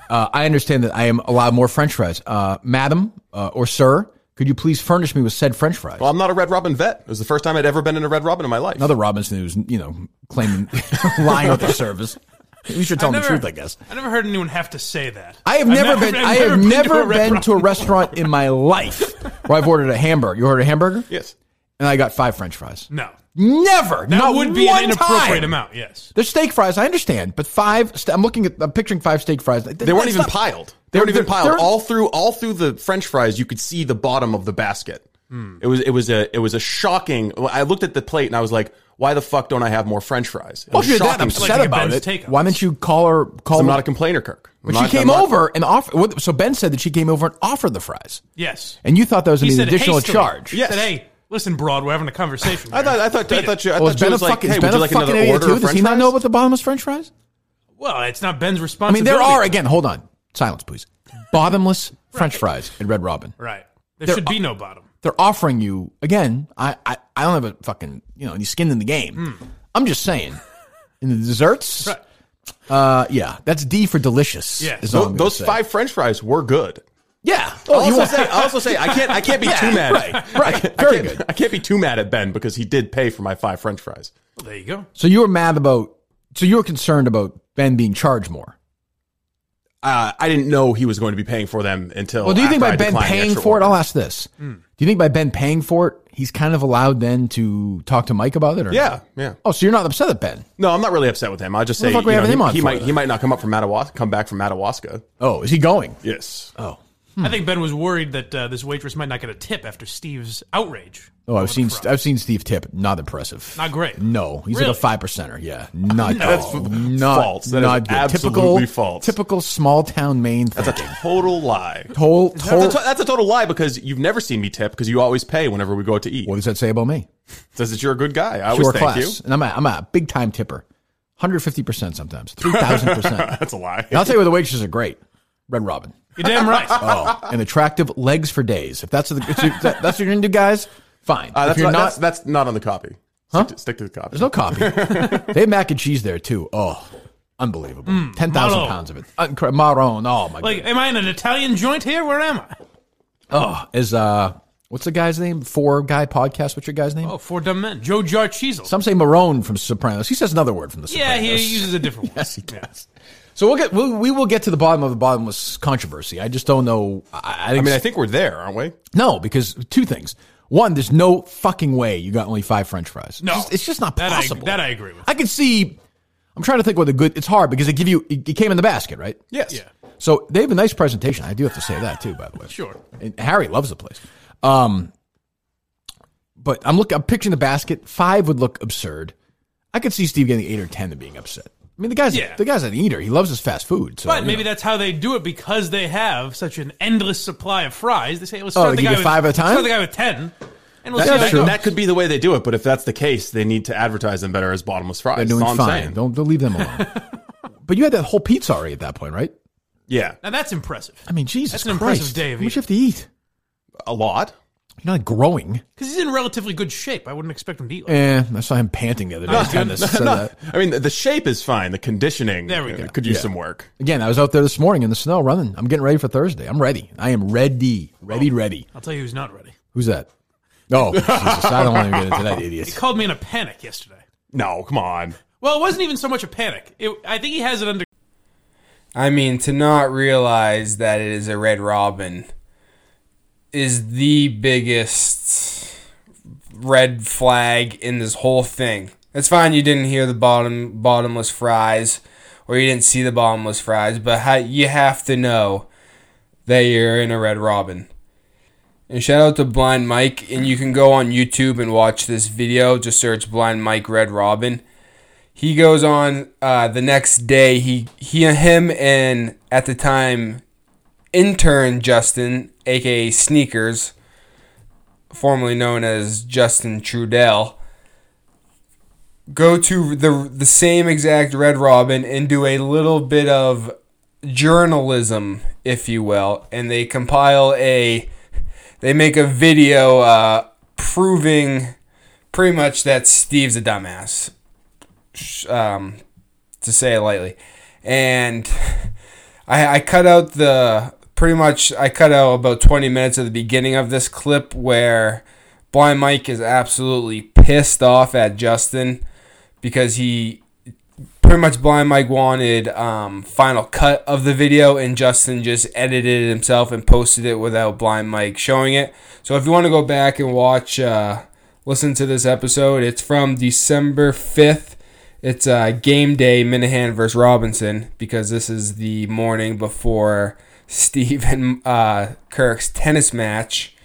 Speaker 2: uh, I understand that I am allowed more French fries, uh, madam uh, or sir. Could you please furnish me with said French fries?"
Speaker 3: Well, I'm not a Red Robin vet. It was the first time I'd ever been in a Red Robin in my life.
Speaker 2: Another Robinson who's you know claiming lying with their service. You should tell
Speaker 4: I've
Speaker 2: them the
Speaker 4: never-
Speaker 2: truth, I guess.
Speaker 4: I never heard anyone have to say that.
Speaker 2: I have
Speaker 4: I've
Speaker 2: never been.
Speaker 4: I've
Speaker 2: I have never been to a
Speaker 4: restaurant.
Speaker 2: restaurant in my life where I've ordered a hamburger. You ordered a hamburger,
Speaker 3: yes.
Speaker 2: and I got five French fries.
Speaker 4: No,
Speaker 2: Never.
Speaker 4: that
Speaker 2: not
Speaker 4: would be
Speaker 2: one
Speaker 4: an inappropriate
Speaker 2: time.
Speaker 4: amount. Yes,
Speaker 2: They're steak fries, I understand, but five. St- I'm looking at. I'm picturing five steak fries.
Speaker 3: They weren't even piled. They weren't even piled.
Speaker 2: they're-
Speaker 3: All through all through the French fries, you could see the bottom of the basket.
Speaker 2: Hmm.
Speaker 3: It was it was a it was a shocking. I looked at the plate and I was like, why the fuck don't I have more French fries? It
Speaker 2: Well,
Speaker 3: was
Speaker 2: if you're Oh, that
Speaker 3: shocking to me.
Speaker 2: upset
Speaker 4: Like a
Speaker 2: about
Speaker 4: Ben's
Speaker 2: it,
Speaker 4: takeout.
Speaker 2: why didn't you call her? Call
Speaker 3: I'm
Speaker 2: her-
Speaker 3: not a complainer, Kirk. I'm
Speaker 2: But
Speaker 3: not-
Speaker 2: she came
Speaker 3: I'm not-
Speaker 2: over and offered. So Ben said that she came over and offered the fries,
Speaker 4: yes.
Speaker 2: and you thought that was
Speaker 4: He
Speaker 2: an
Speaker 4: said
Speaker 2: additional
Speaker 4: hastily.
Speaker 2: charge.
Speaker 4: He
Speaker 3: Yes.
Speaker 4: Said, hey, listen, broad, we're having a conversation.
Speaker 3: I thought I thought I thought you I
Speaker 2: Well, is
Speaker 3: thought you
Speaker 2: Ben a
Speaker 3: was like,
Speaker 2: fucking,
Speaker 3: hey,
Speaker 2: is
Speaker 3: would
Speaker 2: Ben
Speaker 3: you
Speaker 2: a
Speaker 3: like
Speaker 2: fucking
Speaker 3: another
Speaker 2: idiot
Speaker 3: order
Speaker 2: too?
Speaker 3: of
Speaker 2: Does
Speaker 3: French
Speaker 2: he not
Speaker 3: fries?
Speaker 2: know about the bottomless French fries?
Speaker 4: well, it's not
Speaker 2: I
Speaker 4: Ben's
Speaker 2: mean,
Speaker 4: responsibility.
Speaker 2: there are again. Hold on, silence, please. Bottomless French fries at Red Robin.
Speaker 4: right. There,
Speaker 2: There
Speaker 4: should be no bottom.
Speaker 2: They're offering you again. I, I, I don't have a fucking you know any skin in the game.
Speaker 3: Hmm.
Speaker 2: I'm just saying. In the desserts,
Speaker 4: Right.
Speaker 2: uh, yeah, that's D for delicious.
Speaker 4: Yes.
Speaker 2: is all I'm gonna
Speaker 3: Those, those
Speaker 2: say.
Speaker 3: five French fries were good.
Speaker 2: yeah.
Speaker 3: I
Speaker 2: Oh, you
Speaker 3: also
Speaker 2: want-
Speaker 3: say I also say I can't I can't be
Speaker 2: Yeah,
Speaker 3: too mad.
Speaker 2: right,
Speaker 3: at-
Speaker 2: right.
Speaker 3: I can't,
Speaker 2: Very
Speaker 3: I can't,
Speaker 2: good.
Speaker 3: I can't be too mad at Ben because he did pay for my five French fries.
Speaker 4: Well, there you go.
Speaker 2: so you were mad about. So you were concerned about Ben being charged more.
Speaker 3: Uh, I didn't know he was going to be paying for them until.
Speaker 2: Well, do you think
Speaker 3: Oh, after
Speaker 2: by
Speaker 3: I
Speaker 2: Ben
Speaker 3: declined the
Speaker 2: paying
Speaker 3: extra Hmm.
Speaker 2: for it?
Speaker 3: order.
Speaker 2: I'll ask this: Do you think by Ben paying for it, he's kind of allowed then to talk to Mike about it? Or
Speaker 3: Yeah, yeah.
Speaker 2: Oh, so you're not upset at Ben?
Speaker 3: No, I'm not really upset with him. I'll just
Speaker 2: What the
Speaker 3: say
Speaker 2: fuck we
Speaker 3: you know,
Speaker 2: having
Speaker 3: he,
Speaker 2: him on
Speaker 3: he
Speaker 2: for
Speaker 3: might
Speaker 2: then?
Speaker 3: he might not come up from Madawas- come back from Madawaska.
Speaker 2: Oh, is he going?
Speaker 3: Yes.
Speaker 2: Oh,
Speaker 4: I think Ben was worried that uh, this waitress might not get a tip after Steve's outrage.
Speaker 2: Oh, I've seen
Speaker 4: Front.
Speaker 2: I've seen Steve Tip. Not impressive.
Speaker 4: Not great.
Speaker 2: No, he's
Speaker 4: Really?
Speaker 2: like a five percenter. Yeah, not
Speaker 3: That's
Speaker 2: good.
Speaker 3: f-
Speaker 2: not
Speaker 3: false. That is
Speaker 2: not good.
Speaker 3: absolutely
Speaker 2: typical,
Speaker 3: false.
Speaker 2: Typical small town Maine thing.
Speaker 3: Total lie.
Speaker 2: Total.
Speaker 3: That's a,
Speaker 2: total
Speaker 3: to- that's a total lie because you've never seen me tip because you always pay whenever we go out to eat.
Speaker 2: what does that say about me?
Speaker 3: Says that you're a good guy. I always
Speaker 2: Pure
Speaker 3: thank
Speaker 2: class,
Speaker 3: you.
Speaker 2: and I'm a, I'm a big time tipper. Hundred fifty percent sometimes. Three thousand percent.
Speaker 3: That's a lie.
Speaker 2: And I'll tell you where the waitresses are great. Red Robin.
Speaker 4: You're damn right.
Speaker 2: Oh, and attractive legs for days. If that's the, if you- that- that's what you're into, guys. Fine.
Speaker 3: Uh,
Speaker 2: if
Speaker 3: that's,
Speaker 2: you're
Speaker 3: not,
Speaker 2: not,
Speaker 3: that's, that's not on the copy. Stick, to, stick to the copy.
Speaker 2: There's no copy. they have mac and cheese there too. Oh, unbelievable! Ten thousand
Speaker 4: Marone.
Speaker 2: pounds of it. Uncre- Marone. Oh my
Speaker 4: Mm, like,
Speaker 2: god.
Speaker 4: am I in an Italian joint here? Where am I?
Speaker 2: Oh, is uh, what's the guy's name? Four guy podcast. What's your guy's name?
Speaker 4: Oh, four dumb men. Joe Jar Cheezel.
Speaker 2: Some say Marone from Sopranos. He says another word from the
Speaker 4: yeah,
Speaker 2: Sopranos.
Speaker 4: he uses a different one.
Speaker 2: Yes, he does. So we'll get we'll, we will get to the bottom of the bottomless controversy. I just don't know. I, I,
Speaker 3: I
Speaker 2: think,
Speaker 3: mean, I think we're there, aren't we?
Speaker 2: no because two things. One, there's no fucking way you got only five French fries.
Speaker 4: No.
Speaker 2: it's just, it's just not
Speaker 4: That I-
Speaker 2: possible.
Speaker 4: that I agree with.
Speaker 2: I can see. I'm trying to think what the good. It's hard because they give you. It it came in the basket, right?
Speaker 3: Yes.
Speaker 2: So they have a nice presentation. I do have to say that too, by the way.
Speaker 4: Sure.
Speaker 2: And Harry loves the place. Um, but I'm look. I'm picturing the basket. Five would look absurd. I could see Steve getting eight or ten and being upset. I mean, the guy's
Speaker 4: Yeah.
Speaker 2: the guy's an eater. He loves his fast food. So
Speaker 4: But
Speaker 2: you
Speaker 4: maybe
Speaker 2: know.
Speaker 4: that's how they do it because they have such an endless supply of fries. They say, "Let's
Speaker 2: Oh,
Speaker 4: start
Speaker 2: they
Speaker 4: the
Speaker 2: give
Speaker 4: guy
Speaker 2: you
Speaker 4: with
Speaker 2: five at a time?
Speaker 4: Start the guy with ten, and we'll
Speaker 2: That's
Speaker 4: see." how
Speaker 2: true.
Speaker 4: that
Speaker 2: Sure.
Speaker 4: goes.
Speaker 3: That could be the way they do it, but if that's the case, they need to advertise them better as bottomless fries.
Speaker 2: they're doing
Speaker 3: That's all I'm
Speaker 2: fine.
Speaker 3: saying.
Speaker 2: Don't, don't leave them alone. but you had that whole pizza already at that point, right?
Speaker 3: Yeah,
Speaker 4: Now that's impressive
Speaker 2: I mean, Jesus
Speaker 4: That's an
Speaker 2: Christ.
Speaker 4: impressive day of
Speaker 2: How much
Speaker 4: eating.
Speaker 2: you have to eat?
Speaker 3: a lot.
Speaker 2: You're not growing.
Speaker 4: because he's in relatively good shape. I wouldn't expect him to eat. Like
Speaker 2: Eh, I saw him panting the other
Speaker 4: Oh,
Speaker 2: day. at tennis, so that-
Speaker 3: I mean, the, the shape is fine. The conditioning
Speaker 4: There we go.
Speaker 3: uh, could use some work.
Speaker 2: Again, I was out there this morning in the snow running. I'm getting ready for Thursday. I'm ready. I am ready.
Speaker 4: Oh.
Speaker 2: Ready, ready.
Speaker 4: I'll tell you, who's not ready.
Speaker 2: Who's that? Oh, Jesus. I don't want to get into that
Speaker 4: He
Speaker 2: idiot.
Speaker 4: called me in a panic yesterday.
Speaker 3: No, come on.
Speaker 4: Well, it wasn't even so much a panic. It, I think he has it under.
Speaker 1: I mean, to not realize that it is a Red Robin is the biggest red flag in this whole thing. It's fine you didn't hear the bottom bottomless fries or you didn't see the bottomless fries, but how, you have to know that you're in a Red Robin. And shout out to Blind Mike, and you can go on YouTube and watch this video. Just search Blind Mike Red Robin he goes on uh, the next day. He he him and at the time intern Justin, aka Sneakers, formerly known as Justin Trudell, go to the the same exact Red Robin and do a little bit of journalism, if you will, and they compile a they make a video uh, proving pretty much that Steve's a dumbass um, to say it lightly. And I, I cut out the pretty much I cut out about 20 minutes of the beginning of this clip where Blind Mike is absolutely pissed off at Justin because he pretty much Blind Mike wanted um, final cut of the video and Justin just edited it himself and posted it without Blind Mike showing it. So if you want to go back and watch, uh, listen to this episode, it's from December 5th. It's uh, game day, Minahan versus Robinson, because this is the morning before Steve and uh, Kirk's tennis match.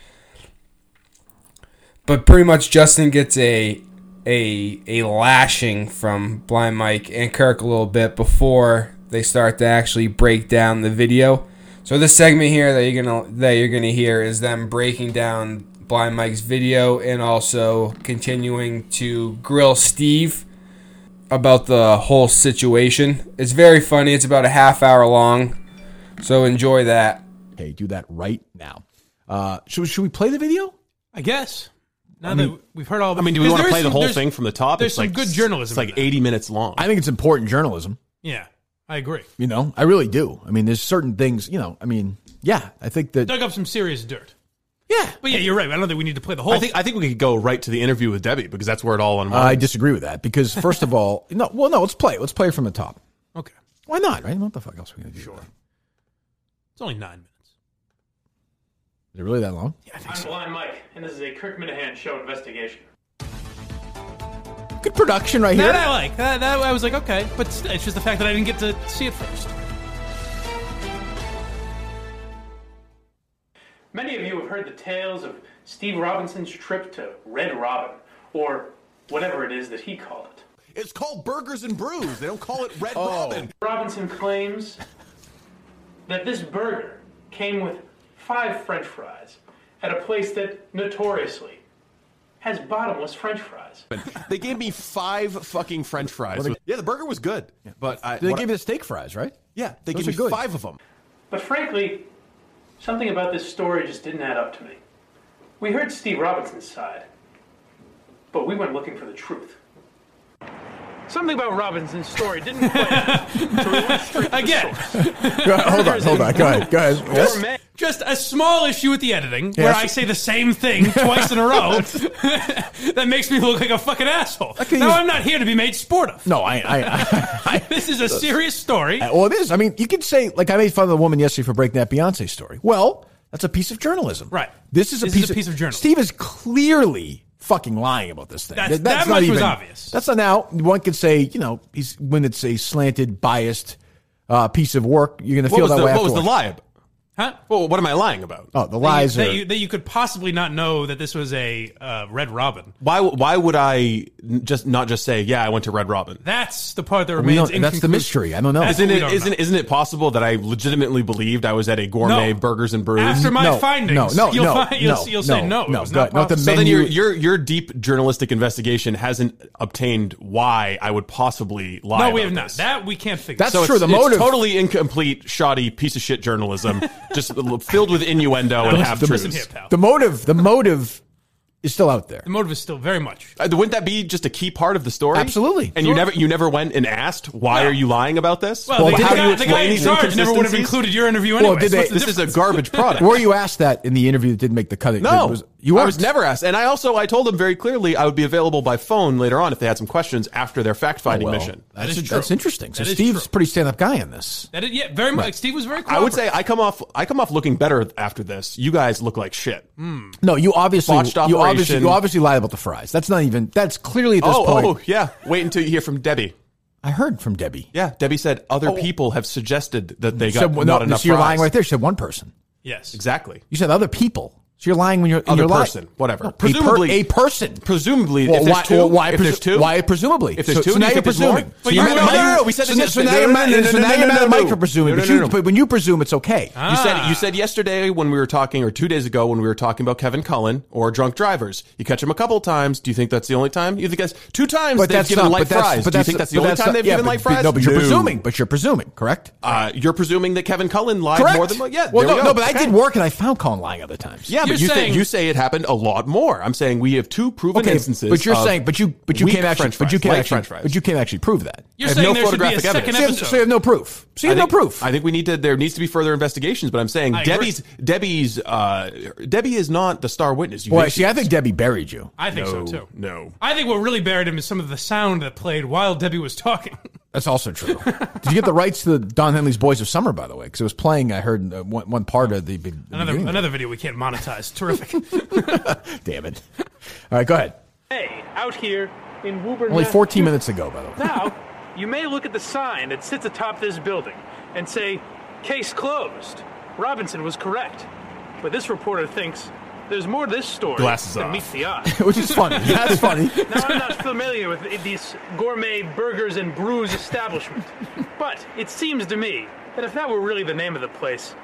Speaker 1: But pretty much Justin gets a a a lashing from Blind Mike and Kirk a little bit before they start to actually break down the video. So this segment here that you're gonna that you're gonna hear is them breaking down Blind Mike's video and also continuing to grill Steve about the whole situation. It's very funny. It's about a half hour long, so enjoy that.
Speaker 2: Okay, do that right now. Uh, should, we- should we play the video?
Speaker 4: I guess. Now that we've heard all. The,
Speaker 3: I mean, do we want to play the whole thing from the top?
Speaker 4: there's
Speaker 3: It's
Speaker 4: some
Speaker 3: like-
Speaker 4: good journalism
Speaker 3: It's
Speaker 4: in
Speaker 3: like
Speaker 4: that.
Speaker 3: 80 minutes long.
Speaker 2: I think it's important journalism.
Speaker 4: Yeah, I agree.
Speaker 2: You know, I really do. I mean, there's certain things, you know, I mean, yeah, I think that,
Speaker 4: Dug up some serious dirt.
Speaker 2: yeah.
Speaker 4: But yeah, you're right. I don't think we need to play the whole.
Speaker 3: I think I think we could go right to the interview with Debbie because that's where it all unwinds.
Speaker 2: I disagree with that because, first of all, no, well, no, let's play. it. Let's play it from the top.
Speaker 4: thing. Okay,
Speaker 2: Why not, right? What the fuck else are we going to do? Sure.
Speaker 4: it's only nine minutes.
Speaker 2: Is it really that long?
Speaker 4: I'm Blind Mike, and this is a Kirk Minahan show investigation.
Speaker 2: Good production right here.
Speaker 4: That I like. That, that I was like, okay, but st- it's just the fact that I didn't get to see it first.
Speaker 5: Many of you have heard the tales of Steve Robinson's trip to Red Robin, or whatever it is that he called it.
Speaker 9: It's called Burgers and Brews. They don't call it Red
Speaker 3: Oh.
Speaker 9: Robin.
Speaker 5: Robinson claims that this burger came with five french fries at a place that notoriously has bottomless french fries.
Speaker 3: They gave me five fucking French fries.
Speaker 2: Well, they-
Speaker 3: yeah, the burger was good, but I,
Speaker 2: They
Speaker 3: what-
Speaker 2: gave you the steak fries, right?
Speaker 3: yeah, they
Speaker 2: Those
Speaker 3: gave
Speaker 2: are
Speaker 3: me
Speaker 2: good.
Speaker 3: five of them.
Speaker 5: But frankly, something about this story just didn't add up to me. We heard Steve Robinson's side, but we went looking for the truth. Something about Robinson's story didn't quite. so we went straight to
Speaker 1: Again.
Speaker 5: the source.
Speaker 2: hold on, hold on. Go ahead, go ahead. Yes?
Speaker 5: Gourmet-
Speaker 1: Just a small issue with the editing where
Speaker 2: Yes.
Speaker 1: I say the same thing twice in a row that makes me look like a fucking asshole.
Speaker 2: could
Speaker 1: Now
Speaker 2: use-
Speaker 1: I'm not here to be made sport of.
Speaker 2: No, I, I, I,
Speaker 1: This is a serious story.
Speaker 2: I- well, it is. I mean, you could say like I made fun of the woman yesterday for breaking that Beyonce story. Well, that's a piece of journalism,
Speaker 1: Right.
Speaker 2: This is a,
Speaker 1: This is
Speaker 2: piece,
Speaker 1: a piece of journalism.
Speaker 2: Steve is clearly fucking lying about this thing.
Speaker 1: That's- that much was obvious.
Speaker 2: That's not now. One could say, you know, he's when it's a slanted, biased uh, piece of work, you're going to
Speaker 3: What
Speaker 2: feel
Speaker 3: was,
Speaker 2: that
Speaker 3: the,
Speaker 2: way.
Speaker 3: what was the
Speaker 2: afterwards.
Speaker 3: lie? ab-
Speaker 1: Huh?
Speaker 3: Well, what am I lying about?
Speaker 2: Oh, the lies
Speaker 1: that
Speaker 2: are.
Speaker 1: you, that you could possibly not know that this was a uh, Red Robin.
Speaker 3: Why? Why would I n- just not just say, yeah, I went to Red Robin?
Speaker 1: That's the part that
Speaker 2: we
Speaker 1: remains.
Speaker 2: don't, that's the
Speaker 1: inconclusive.
Speaker 2: mystery. I don't know.
Speaker 1: That's
Speaker 3: Isn't
Speaker 1: We
Speaker 3: it?
Speaker 1: don't
Speaker 3: Isn't
Speaker 1: know.
Speaker 3: isn't it possible that I legitimately believed I was at a gourmet
Speaker 1: No.
Speaker 3: burgers and brews?
Speaker 1: After my
Speaker 2: no,
Speaker 1: findings,
Speaker 2: no, no,
Speaker 1: you'll,
Speaker 2: no,
Speaker 1: find, you'll,
Speaker 2: no,
Speaker 1: you'll say
Speaker 2: no,
Speaker 1: no.
Speaker 2: no,
Speaker 1: it was
Speaker 2: no,
Speaker 1: not
Speaker 2: not the
Speaker 1: possible.
Speaker 3: so then
Speaker 2: menu-
Speaker 3: your your your deep journalistic investigation hasn't obtained why I would possibly
Speaker 1: no,
Speaker 3: lie.
Speaker 1: we
Speaker 3: about
Speaker 1: have not.
Speaker 3: this.
Speaker 1: That we can't figure.
Speaker 2: That's
Speaker 3: so
Speaker 2: true.
Speaker 3: It's,
Speaker 2: The
Speaker 3: it's
Speaker 2: motive.
Speaker 3: totally incomplete, shoddy piece of shit journalism, just l- filled with innuendo and half
Speaker 1: Listen here,
Speaker 3: truths.
Speaker 1: pal.
Speaker 2: the motive. The motive is still out there.
Speaker 1: The motive is still very much.
Speaker 3: uh, Wouldn't that be just a key part of the story?
Speaker 2: Absolutely.
Speaker 3: And you never you never went and asked why
Speaker 1: No.
Speaker 3: are you lying about this?
Speaker 1: Well, the,
Speaker 2: did
Speaker 1: the
Speaker 2: they-
Speaker 1: guy, the guy in
Speaker 3: these
Speaker 1: charge never would have
Speaker 3: inconsistencies?
Speaker 1: included your interview anyway.
Speaker 2: Well, did
Speaker 1: so what's
Speaker 2: they-
Speaker 1: the
Speaker 3: This is a
Speaker 1: difference?
Speaker 3: garbage product.
Speaker 2: Were you asked that in the interview that didn't make the cut? It
Speaker 3: No,
Speaker 2: was- you were
Speaker 3: I was never asked, and I also I told them very clearly I would be available by phone later on if they had some questions after their fact finding
Speaker 2: Oh, Well,
Speaker 3: mission.
Speaker 2: That's,
Speaker 1: is
Speaker 2: that's
Speaker 1: true.
Speaker 2: interesting. So
Speaker 1: That is
Speaker 2: Steve's
Speaker 1: true.
Speaker 2: pretty stand up guy in this.
Speaker 1: That is- yeah, very much. Steve was very.
Speaker 3: I would say
Speaker 1: cooperative.
Speaker 3: I come off I come off looking better after this. You guys look like shit.
Speaker 2: Mm. No, you obviously
Speaker 3: Botched
Speaker 2: you obviously
Speaker 3: operation.
Speaker 2: you obviously lied about the fries. That's not even that's clearly at this
Speaker 3: Oh,
Speaker 2: point.
Speaker 3: oh, yeah. Wait until you hear from Debbie.
Speaker 2: I heard from Debbie.
Speaker 3: Yeah, Debbie said other people have suggested that they got
Speaker 2: Said,
Speaker 3: not
Speaker 2: Oh. no,
Speaker 3: enough.
Speaker 2: so you're lying
Speaker 3: fries.
Speaker 2: right there. She said one person.
Speaker 1: yes.
Speaker 3: Exactly.
Speaker 2: You said other people. So you're lying when you're and
Speaker 3: Other
Speaker 2: you're lying.
Speaker 3: person, whatever.
Speaker 2: No, a per-
Speaker 3: Presumably-
Speaker 2: a, person.
Speaker 3: Presumably,
Speaker 2: Well,
Speaker 3: if
Speaker 2: why,
Speaker 3: there's two,
Speaker 2: well, why,
Speaker 3: if
Speaker 2: presu-
Speaker 3: there's two,
Speaker 2: why presumably?
Speaker 3: If there's
Speaker 2: so,
Speaker 3: two,
Speaker 2: so
Speaker 3: do
Speaker 2: now
Speaker 3: you
Speaker 2: you're
Speaker 3: think there's
Speaker 2: presuming.
Speaker 3: more? But you
Speaker 2: no,
Speaker 3: meant-
Speaker 2: no, no, no, no, We said
Speaker 3: so
Speaker 2: this. So
Speaker 3: now- no,
Speaker 2: now
Speaker 3: no,
Speaker 2: you're
Speaker 3: no,
Speaker 2: mad.
Speaker 3: no,
Speaker 2: So
Speaker 3: no,
Speaker 2: now
Speaker 3: no,
Speaker 2: you're mad
Speaker 3: no,
Speaker 2: at
Speaker 3: no,
Speaker 2: Mike
Speaker 3: no.
Speaker 2: for presuming.
Speaker 3: No, no,
Speaker 2: But
Speaker 3: no,
Speaker 2: you-
Speaker 3: no.
Speaker 2: But when you presume, it's okay.
Speaker 3: You
Speaker 2: Ah.
Speaker 3: said you said yesterday when we were talking, or two days ago when we were talking about Kevin Cullen or drunk drivers. You catch him a couple times. Do you think that's the only time? You think that's two times
Speaker 2: But
Speaker 3: they've
Speaker 2: that's
Speaker 3: given
Speaker 2: not.
Speaker 3: light
Speaker 2: But that's.
Speaker 3: fries?
Speaker 2: But
Speaker 3: Do you
Speaker 2: that's.
Speaker 3: think that's the
Speaker 2: but
Speaker 3: only
Speaker 2: that's
Speaker 3: time
Speaker 2: not-
Speaker 3: they've
Speaker 2: yeah,
Speaker 3: given
Speaker 2: but-
Speaker 3: light fries?
Speaker 2: No, but you're
Speaker 3: No.
Speaker 2: presuming. But you're presuming. Correct.
Speaker 3: Uh, you're presuming that Kevin Cullen lied
Speaker 2: Correct.
Speaker 3: more than yeah.
Speaker 2: well, no,
Speaker 3: there we go.
Speaker 2: no, but I did work and I found Colin lying other times.
Speaker 3: Yeah,
Speaker 1: You're
Speaker 3: but you
Speaker 1: saying-
Speaker 3: say you say it happened a lot more. I'm saying we have two proven
Speaker 2: Okay,
Speaker 3: instances.
Speaker 2: but you're
Speaker 3: of
Speaker 2: saying, but you, but you
Speaker 3: weak
Speaker 2: can't actually,
Speaker 3: French
Speaker 2: but you
Speaker 3: fries,
Speaker 2: can't
Speaker 3: light
Speaker 2: actually,
Speaker 3: French fries.
Speaker 2: but you can't actually prove that.
Speaker 1: You're
Speaker 3: I have
Speaker 1: saying
Speaker 3: no
Speaker 1: there should be a
Speaker 3: photographic
Speaker 1: second
Speaker 3: evidence.
Speaker 2: So you, have,
Speaker 1: episode.
Speaker 2: so you have no proof. So you
Speaker 3: I
Speaker 2: have
Speaker 3: think,
Speaker 2: no proof.
Speaker 3: I think we need to. There needs to be further investigations. But I'm saying
Speaker 1: I agree.
Speaker 3: Debbie's Debbie's uh, Debbie is not the star witness. You
Speaker 2: Boy,
Speaker 3: think
Speaker 2: see,
Speaker 3: she
Speaker 2: I
Speaker 3: is.
Speaker 2: think Debbie buried you.
Speaker 1: I think so too.
Speaker 3: No.
Speaker 1: I think what really buried him is some of the sound that played while Debbie was talking.
Speaker 2: That's also true. Did you get the rights to the Don Henley's Boys of Summer, by the way? Because it was playing. I heard uh, one, one part of the. be- the
Speaker 1: Another
Speaker 2: beginning.
Speaker 1: another video we can't monetize. Terrific.
Speaker 2: Damn it! All right, go ahead.
Speaker 5: Hey, out here in Woburn.
Speaker 2: Only
Speaker 5: Mass-
Speaker 2: 14 minutes ago, by the way.
Speaker 5: Now, you may look at the sign that sits atop this building and say, case closed. Robinson was correct. But this reporter thinks there's more to this story
Speaker 3: Glasses
Speaker 5: than
Speaker 3: off.
Speaker 5: meets the eye.
Speaker 2: Which is funny. That's funny.
Speaker 5: Now, I'm not familiar with these gourmet burgers and brews establishment, but it seems to me that if that were really the name of the place,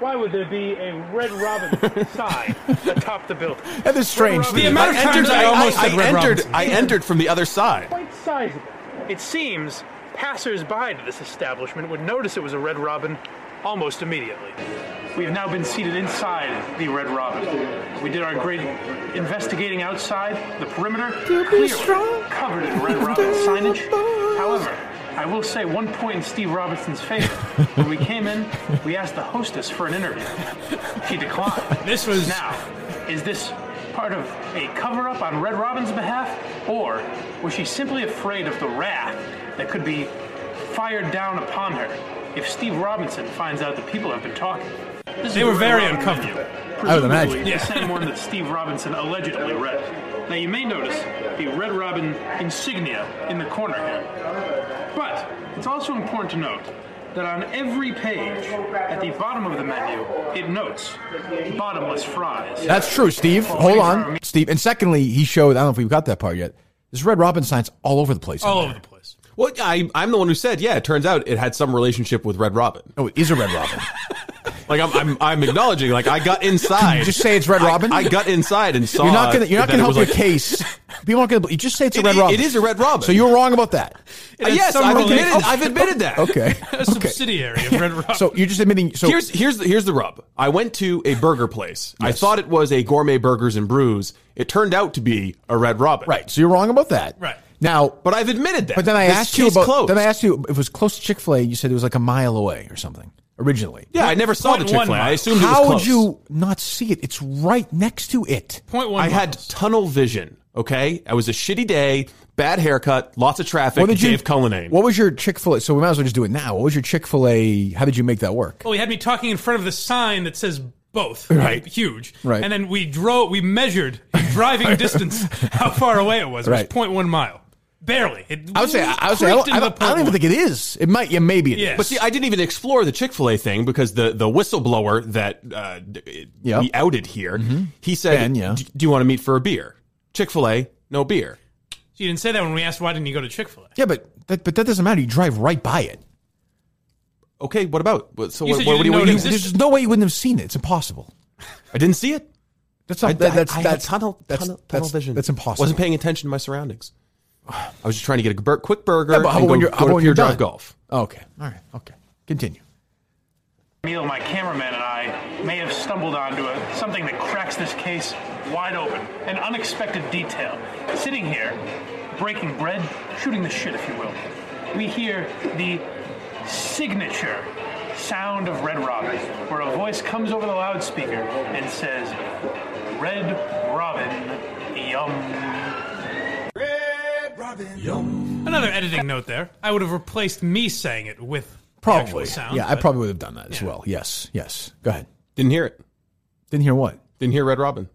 Speaker 5: why would there be a Red Robin sign atop the building?
Speaker 2: That is strange.
Speaker 5: The
Speaker 2: Steve.
Speaker 1: amount of
Speaker 3: I entered.
Speaker 1: times I
Speaker 3: I,
Speaker 1: almost
Speaker 3: I,
Speaker 1: said Red
Speaker 3: entered.
Speaker 1: Robinson.
Speaker 3: I entered from the other side.
Speaker 5: Quite sizable. It seems passers-by to this establishment would notice it was a Red Robin almost immediately. We have now been seated inside the Red Robin. We did our great investigating outside the perimeter, clearly covered in Red Robin signage. However, I will say one point in Steve Robinson's favor. When we came in, we asked the hostess for an interview. She declined.
Speaker 1: This was-
Speaker 5: now. Is this part of a cover-up on Red Robin's behalf, or was she simply afraid of the wrath that could be fired down upon her if Steve Robinson finds out that people have been talking? This
Speaker 1: They
Speaker 5: is
Speaker 1: were
Speaker 5: Red
Speaker 1: very
Speaker 5: Robin
Speaker 1: uncomfortable.
Speaker 2: I would imagine.
Speaker 5: the same one that Steve Robinson allegedly read. Now you may notice the Red Robin insignia in the corner here. But it's also important to note
Speaker 4: that on every page at the bottom of the menu it notes bottomless fries.
Speaker 2: That's true, Steve.
Speaker 3: Oh,
Speaker 2: Hold on, Steve. And secondly, he showed. I don't know if we got that part yet. There's Red Robin signs all over the place.
Speaker 4: All over the place.
Speaker 3: Well, I, I'm the one who said, yeah, it turns out it had some relationship with Red Robin.
Speaker 2: Oh, it is a Red Robin.
Speaker 3: Like, I'm, I'm, I'm acknowledging, like, I got inside.
Speaker 2: Just say it's Red Robin.
Speaker 3: I got inside and saw.
Speaker 2: You're not gonna. You're not
Speaker 3: that
Speaker 2: gonna
Speaker 3: it was
Speaker 2: help your
Speaker 3: like-
Speaker 2: case. People aren't gonna. believe- You just say it's a
Speaker 3: It-
Speaker 2: Red
Speaker 3: it-
Speaker 2: Robin.
Speaker 3: it is a Red Robin.
Speaker 2: So you're wrong about that.
Speaker 3: Uh, yes,
Speaker 4: some
Speaker 3: I've admitted,
Speaker 4: relation-
Speaker 3: I've admitted that.
Speaker 2: Okay.
Speaker 4: A
Speaker 2: okay.
Speaker 4: subsidiary of Red Robin.
Speaker 2: So you're just admitting. So
Speaker 3: here's here's the, here's the rub. I went to a burger place. I thought it was a gourmet burgers and brews. It turned out to be a Red Robin.
Speaker 2: right. So you're wrong about that.
Speaker 4: Right.
Speaker 2: Now,
Speaker 3: But I've admitted that.
Speaker 2: But then I
Speaker 3: This
Speaker 2: asked you
Speaker 3: case
Speaker 2: about.
Speaker 3: closed.
Speaker 2: Then I asked you if it was close to Chick Fil A. You said it was like a mile away or something originally.
Speaker 3: Yeah, I never saw the
Speaker 4: Point
Speaker 3: Chick
Speaker 4: one
Speaker 3: Fil A. I
Speaker 4: mile.
Speaker 3: assumed it
Speaker 2: How
Speaker 3: was
Speaker 2: would
Speaker 3: close.
Speaker 2: you not see it? It's right next to it.
Speaker 4: Point one.
Speaker 3: I had
Speaker 4: miles.
Speaker 3: tunnel vision. Okay, I was a shitty day, bad haircut, lots of traffic. Dave Cullinane.
Speaker 2: What was your Chick Fil A? So we might as well just do it now. What was your Chick Fil A? How did you make that work?
Speaker 4: Well, he had me talking in front of the sign that says both.
Speaker 2: Right.
Speaker 4: Huge.
Speaker 2: Right.
Speaker 4: And then we drove, we measured in driving distance how far away it was. It
Speaker 2: Right.
Speaker 4: was 0.1 mile. Barely. It
Speaker 2: I would say. I, I would say. I don't, I don't- I don't even think it is. It might. Yeah, maybe. It is.
Speaker 4: Yeah.
Speaker 3: But see, I didn't even explore the Chick Fil A thing because the the whistleblower that uh, d-
Speaker 2: Yep. Mm-hmm.
Speaker 3: we outed here, he said,
Speaker 2: Ben, yeah.
Speaker 3: "D- "Do you want to meet for a beer?" Chick Fil A, no beer.
Speaker 4: You didn't say that when we asked why didn't you go to Chick fil A.
Speaker 2: Yeah, but that, but that doesn't matter. You drive right by it.
Speaker 3: Okay, what about? what- So
Speaker 4: You
Speaker 3: what,
Speaker 4: said
Speaker 3: what,
Speaker 4: you
Speaker 3: what
Speaker 4: didn't
Speaker 3: do
Speaker 4: know
Speaker 3: you-
Speaker 4: it
Speaker 3: what do you-
Speaker 4: existed.
Speaker 2: There's no way you wouldn't have seen it. It's impossible.
Speaker 3: I didn't see it.
Speaker 2: That's not.
Speaker 3: I,
Speaker 2: that, that's
Speaker 3: I had
Speaker 2: that's
Speaker 3: tunnel,
Speaker 2: that's,
Speaker 3: tunnel,
Speaker 2: that's-
Speaker 3: tunnel vision.
Speaker 2: That's impossible.
Speaker 3: Wasn't paying attention to my surroundings. I was just trying to get a bur- quick burger.
Speaker 2: Yeah, but how
Speaker 3: and
Speaker 2: about when
Speaker 3: go-
Speaker 2: you're,
Speaker 3: go
Speaker 2: how
Speaker 3: to
Speaker 2: about when
Speaker 3: Pure
Speaker 2: you're
Speaker 3: Drive
Speaker 2: done?
Speaker 3: Golf.
Speaker 2: Oh, Okay. All right. Okay. Continue.
Speaker 5: Neil, my cameraman, and I may have stumbled onto a, something that cracks this case wide open. An unexpected detail. Sitting here, breaking bread, shooting the shit, if you will, we hear the signature sound of Red Robin, where a voice comes over the loudspeaker and says, Red Robin, yum.
Speaker 4: Another editing note there. I would have replaced me saying it with the actual
Speaker 2: Probably.
Speaker 4: sound.
Speaker 2: yeah, I
Speaker 4: but-
Speaker 2: probably would have done that as well. Yes. Yes. Go ahead.
Speaker 3: Didn't hear it.
Speaker 2: Didn't hear what.
Speaker 3: Didn't hear Red Robin.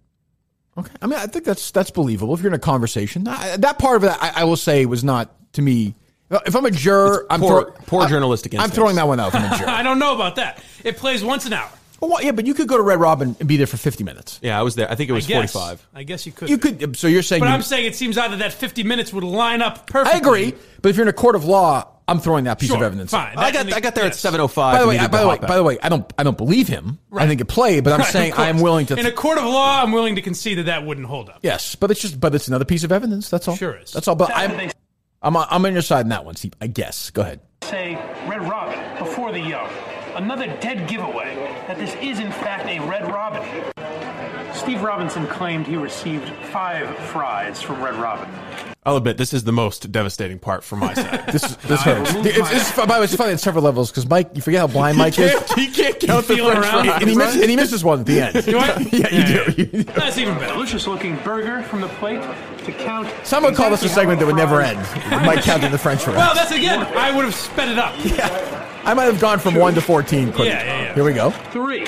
Speaker 2: Okay. I mean, I think that's that's believable. If you're in a conversation, I, that part of it, I, I will say, was not to me. uh, If I'm a juror, I'm
Speaker 3: poor-
Speaker 2: throw-
Speaker 3: poor
Speaker 2: I-
Speaker 3: journalistic
Speaker 2: I'm
Speaker 3: instincts.
Speaker 2: throwing that one out. If I'm a juror.
Speaker 4: I don't know about that. It plays once an hour.
Speaker 2: Well, what- yeah, but you could go to Red Robin and be there for 50 minutes.
Speaker 3: Yeah, I was there. I think it was
Speaker 4: Guess.
Speaker 3: 45.
Speaker 4: I guess you could.
Speaker 2: You could. So you're saying?
Speaker 4: But
Speaker 2: you-
Speaker 4: I'm saying it seems either that 50 minutes would line up perfectly.
Speaker 2: I agree. But if you're in a court of law, I'm throwing that piece
Speaker 4: Sure,
Speaker 2: of evidence. out.
Speaker 4: fine.
Speaker 3: I got I got there
Speaker 4: yes.
Speaker 3: at 7:05.
Speaker 2: By the way,
Speaker 3: and
Speaker 2: I,
Speaker 3: needed
Speaker 2: by
Speaker 3: to
Speaker 2: the way,
Speaker 3: hop out.
Speaker 2: by the way, I don't I don't believe him. I think it played, but I'm
Speaker 4: Right,
Speaker 2: saying
Speaker 4: of course.
Speaker 2: I'm willing to.
Speaker 4: In a court of law, I'm willing to concede that that wouldn't hold up.
Speaker 2: yes, but it's just but it's another piece of evidence. That's all.
Speaker 4: Sure is.
Speaker 2: That's all. But I'm
Speaker 5: They
Speaker 2: I'm on- I'm on your side in that one, Steve. I guess. Go ahead.
Speaker 5: say Red Robin before the yum. Another dead giveaway that this is in fact a Red Robin. Steve Robinson claimed he received five fries from Red Robin.
Speaker 3: I'll admit this is the most devastating part from my side.
Speaker 2: This is this hurts. It's, it's, by the way, it's funny at several levels because Mike, you forget how blind Mike is,
Speaker 3: he can't count
Speaker 4: Feeling around.
Speaker 2: and he missed and he misses one at the end.
Speaker 4: Do I?
Speaker 2: Yeah, you do. You do.
Speaker 4: That's even better.
Speaker 5: Delicious looking burger from the plate to count.
Speaker 2: Some would call this a segment that would never end. Mike counted the French fries.
Speaker 4: Well, that's again. I would have sped it up.
Speaker 2: I might have gone from one to fourteen. Quickly.
Speaker 4: Yeah, yeah, yeah.
Speaker 2: Here we go.
Speaker 5: Three,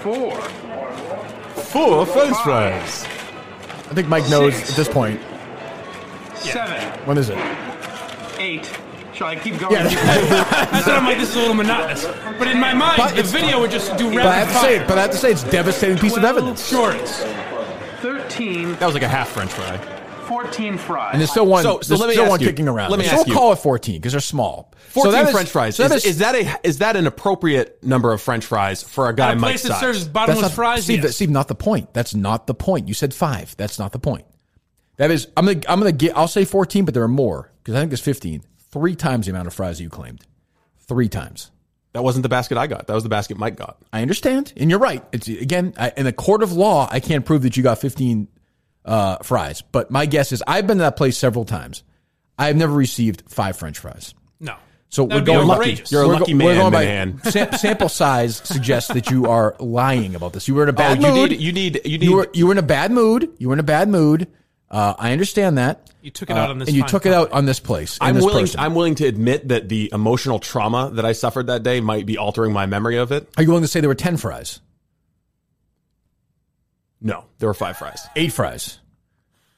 Speaker 5: four,
Speaker 3: Four French fries.
Speaker 2: I think Mike knows at this point.
Speaker 5: seven,
Speaker 2: When is it?
Speaker 5: eight. Shall I keep going?
Speaker 4: I thought I'm like, this is a little monotonous. But in my mind,
Speaker 2: But
Speaker 4: the
Speaker 2: it's-
Speaker 4: video would just do rapid
Speaker 2: But I have to say,
Speaker 4: fire.
Speaker 2: but I have to say, it's a devastating piece of evidence.
Speaker 4: Sure, it's-
Speaker 5: 13,
Speaker 3: That was like a half French fry.
Speaker 5: 14 fries.
Speaker 2: And there's still one.
Speaker 3: So- so
Speaker 2: there's
Speaker 3: let me
Speaker 2: still
Speaker 3: ask
Speaker 2: one
Speaker 3: you-
Speaker 2: kicking around.
Speaker 3: let me
Speaker 2: so
Speaker 3: ask
Speaker 2: we'll
Speaker 3: you.
Speaker 2: call it 14 because they're small. So
Speaker 3: 14
Speaker 2: that is-
Speaker 3: French fries.
Speaker 2: So that
Speaker 3: is, is that a is that an appropriate number of French fries for a guy
Speaker 4: At a
Speaker 3: my
Speaker 4: place that
Speaker 3: size?
Speaker 4: serves
Speaker 2: that's
Speaker 4: bottomless
Speaker 2: not,
Speaker 4: fries.
Speaker 2: Steve,
Speaker 4: yes.
Speaker 2: that- Steve, not the point. That's not the point. You said five. That's not the point. That is. I'm gonna. I'm gonna get. I'll say 14, but there are more because I think there's 15. Three times the amount of fries you claimed. Three times.
Speaker 3: That wasn't the basket I got. That was the basket Mike got.
Speaker 2: I understand, and you're right. It's again I, in a court of law. I can't prove that you got 15 uh, fries, but my guess is I've been to that place several times. I've never received five French fries.
Speaker 4: no.
Speaker 2: So we're
Speaker 4: That would be
Speaker 2: going lucky.
Speaker 4: outrageous.
Speaker 3: You're a
Speaker 2: we're
Speaker 3: lucky
Speaker 2: we're
Speaker 3: man,
Speaker 2: going by
Speaker 3: Minahan.
Speaker 2: sam- sample size suggests that you are lying about this. You were in a
Speaker 3: Oh,
Speaker 2: bad
Speaker 3: you
Speaker 2: mood.
Speaker 3: need you need you need
Speaker 2: you were you were in a bad mood. You were in a bad mood. Uh, I understand that. Uh,
Speaker 4: You took it out on this
Speaker 2: and you
Speaker 4: fine
Speaker 2: took it out on this place. and
Speaker 3: I'm
Speaker 2: this
Speaker 3: willing
Speaker 2: person.
Speaker 3: I'm willing to admit that the emotional trauma that I suffered that day might be altering my memory of it.
Speaker 2: Are you willing to say there were ten fries,
Speaker 3: No, there were five fries.
Speaker 2: eight fries,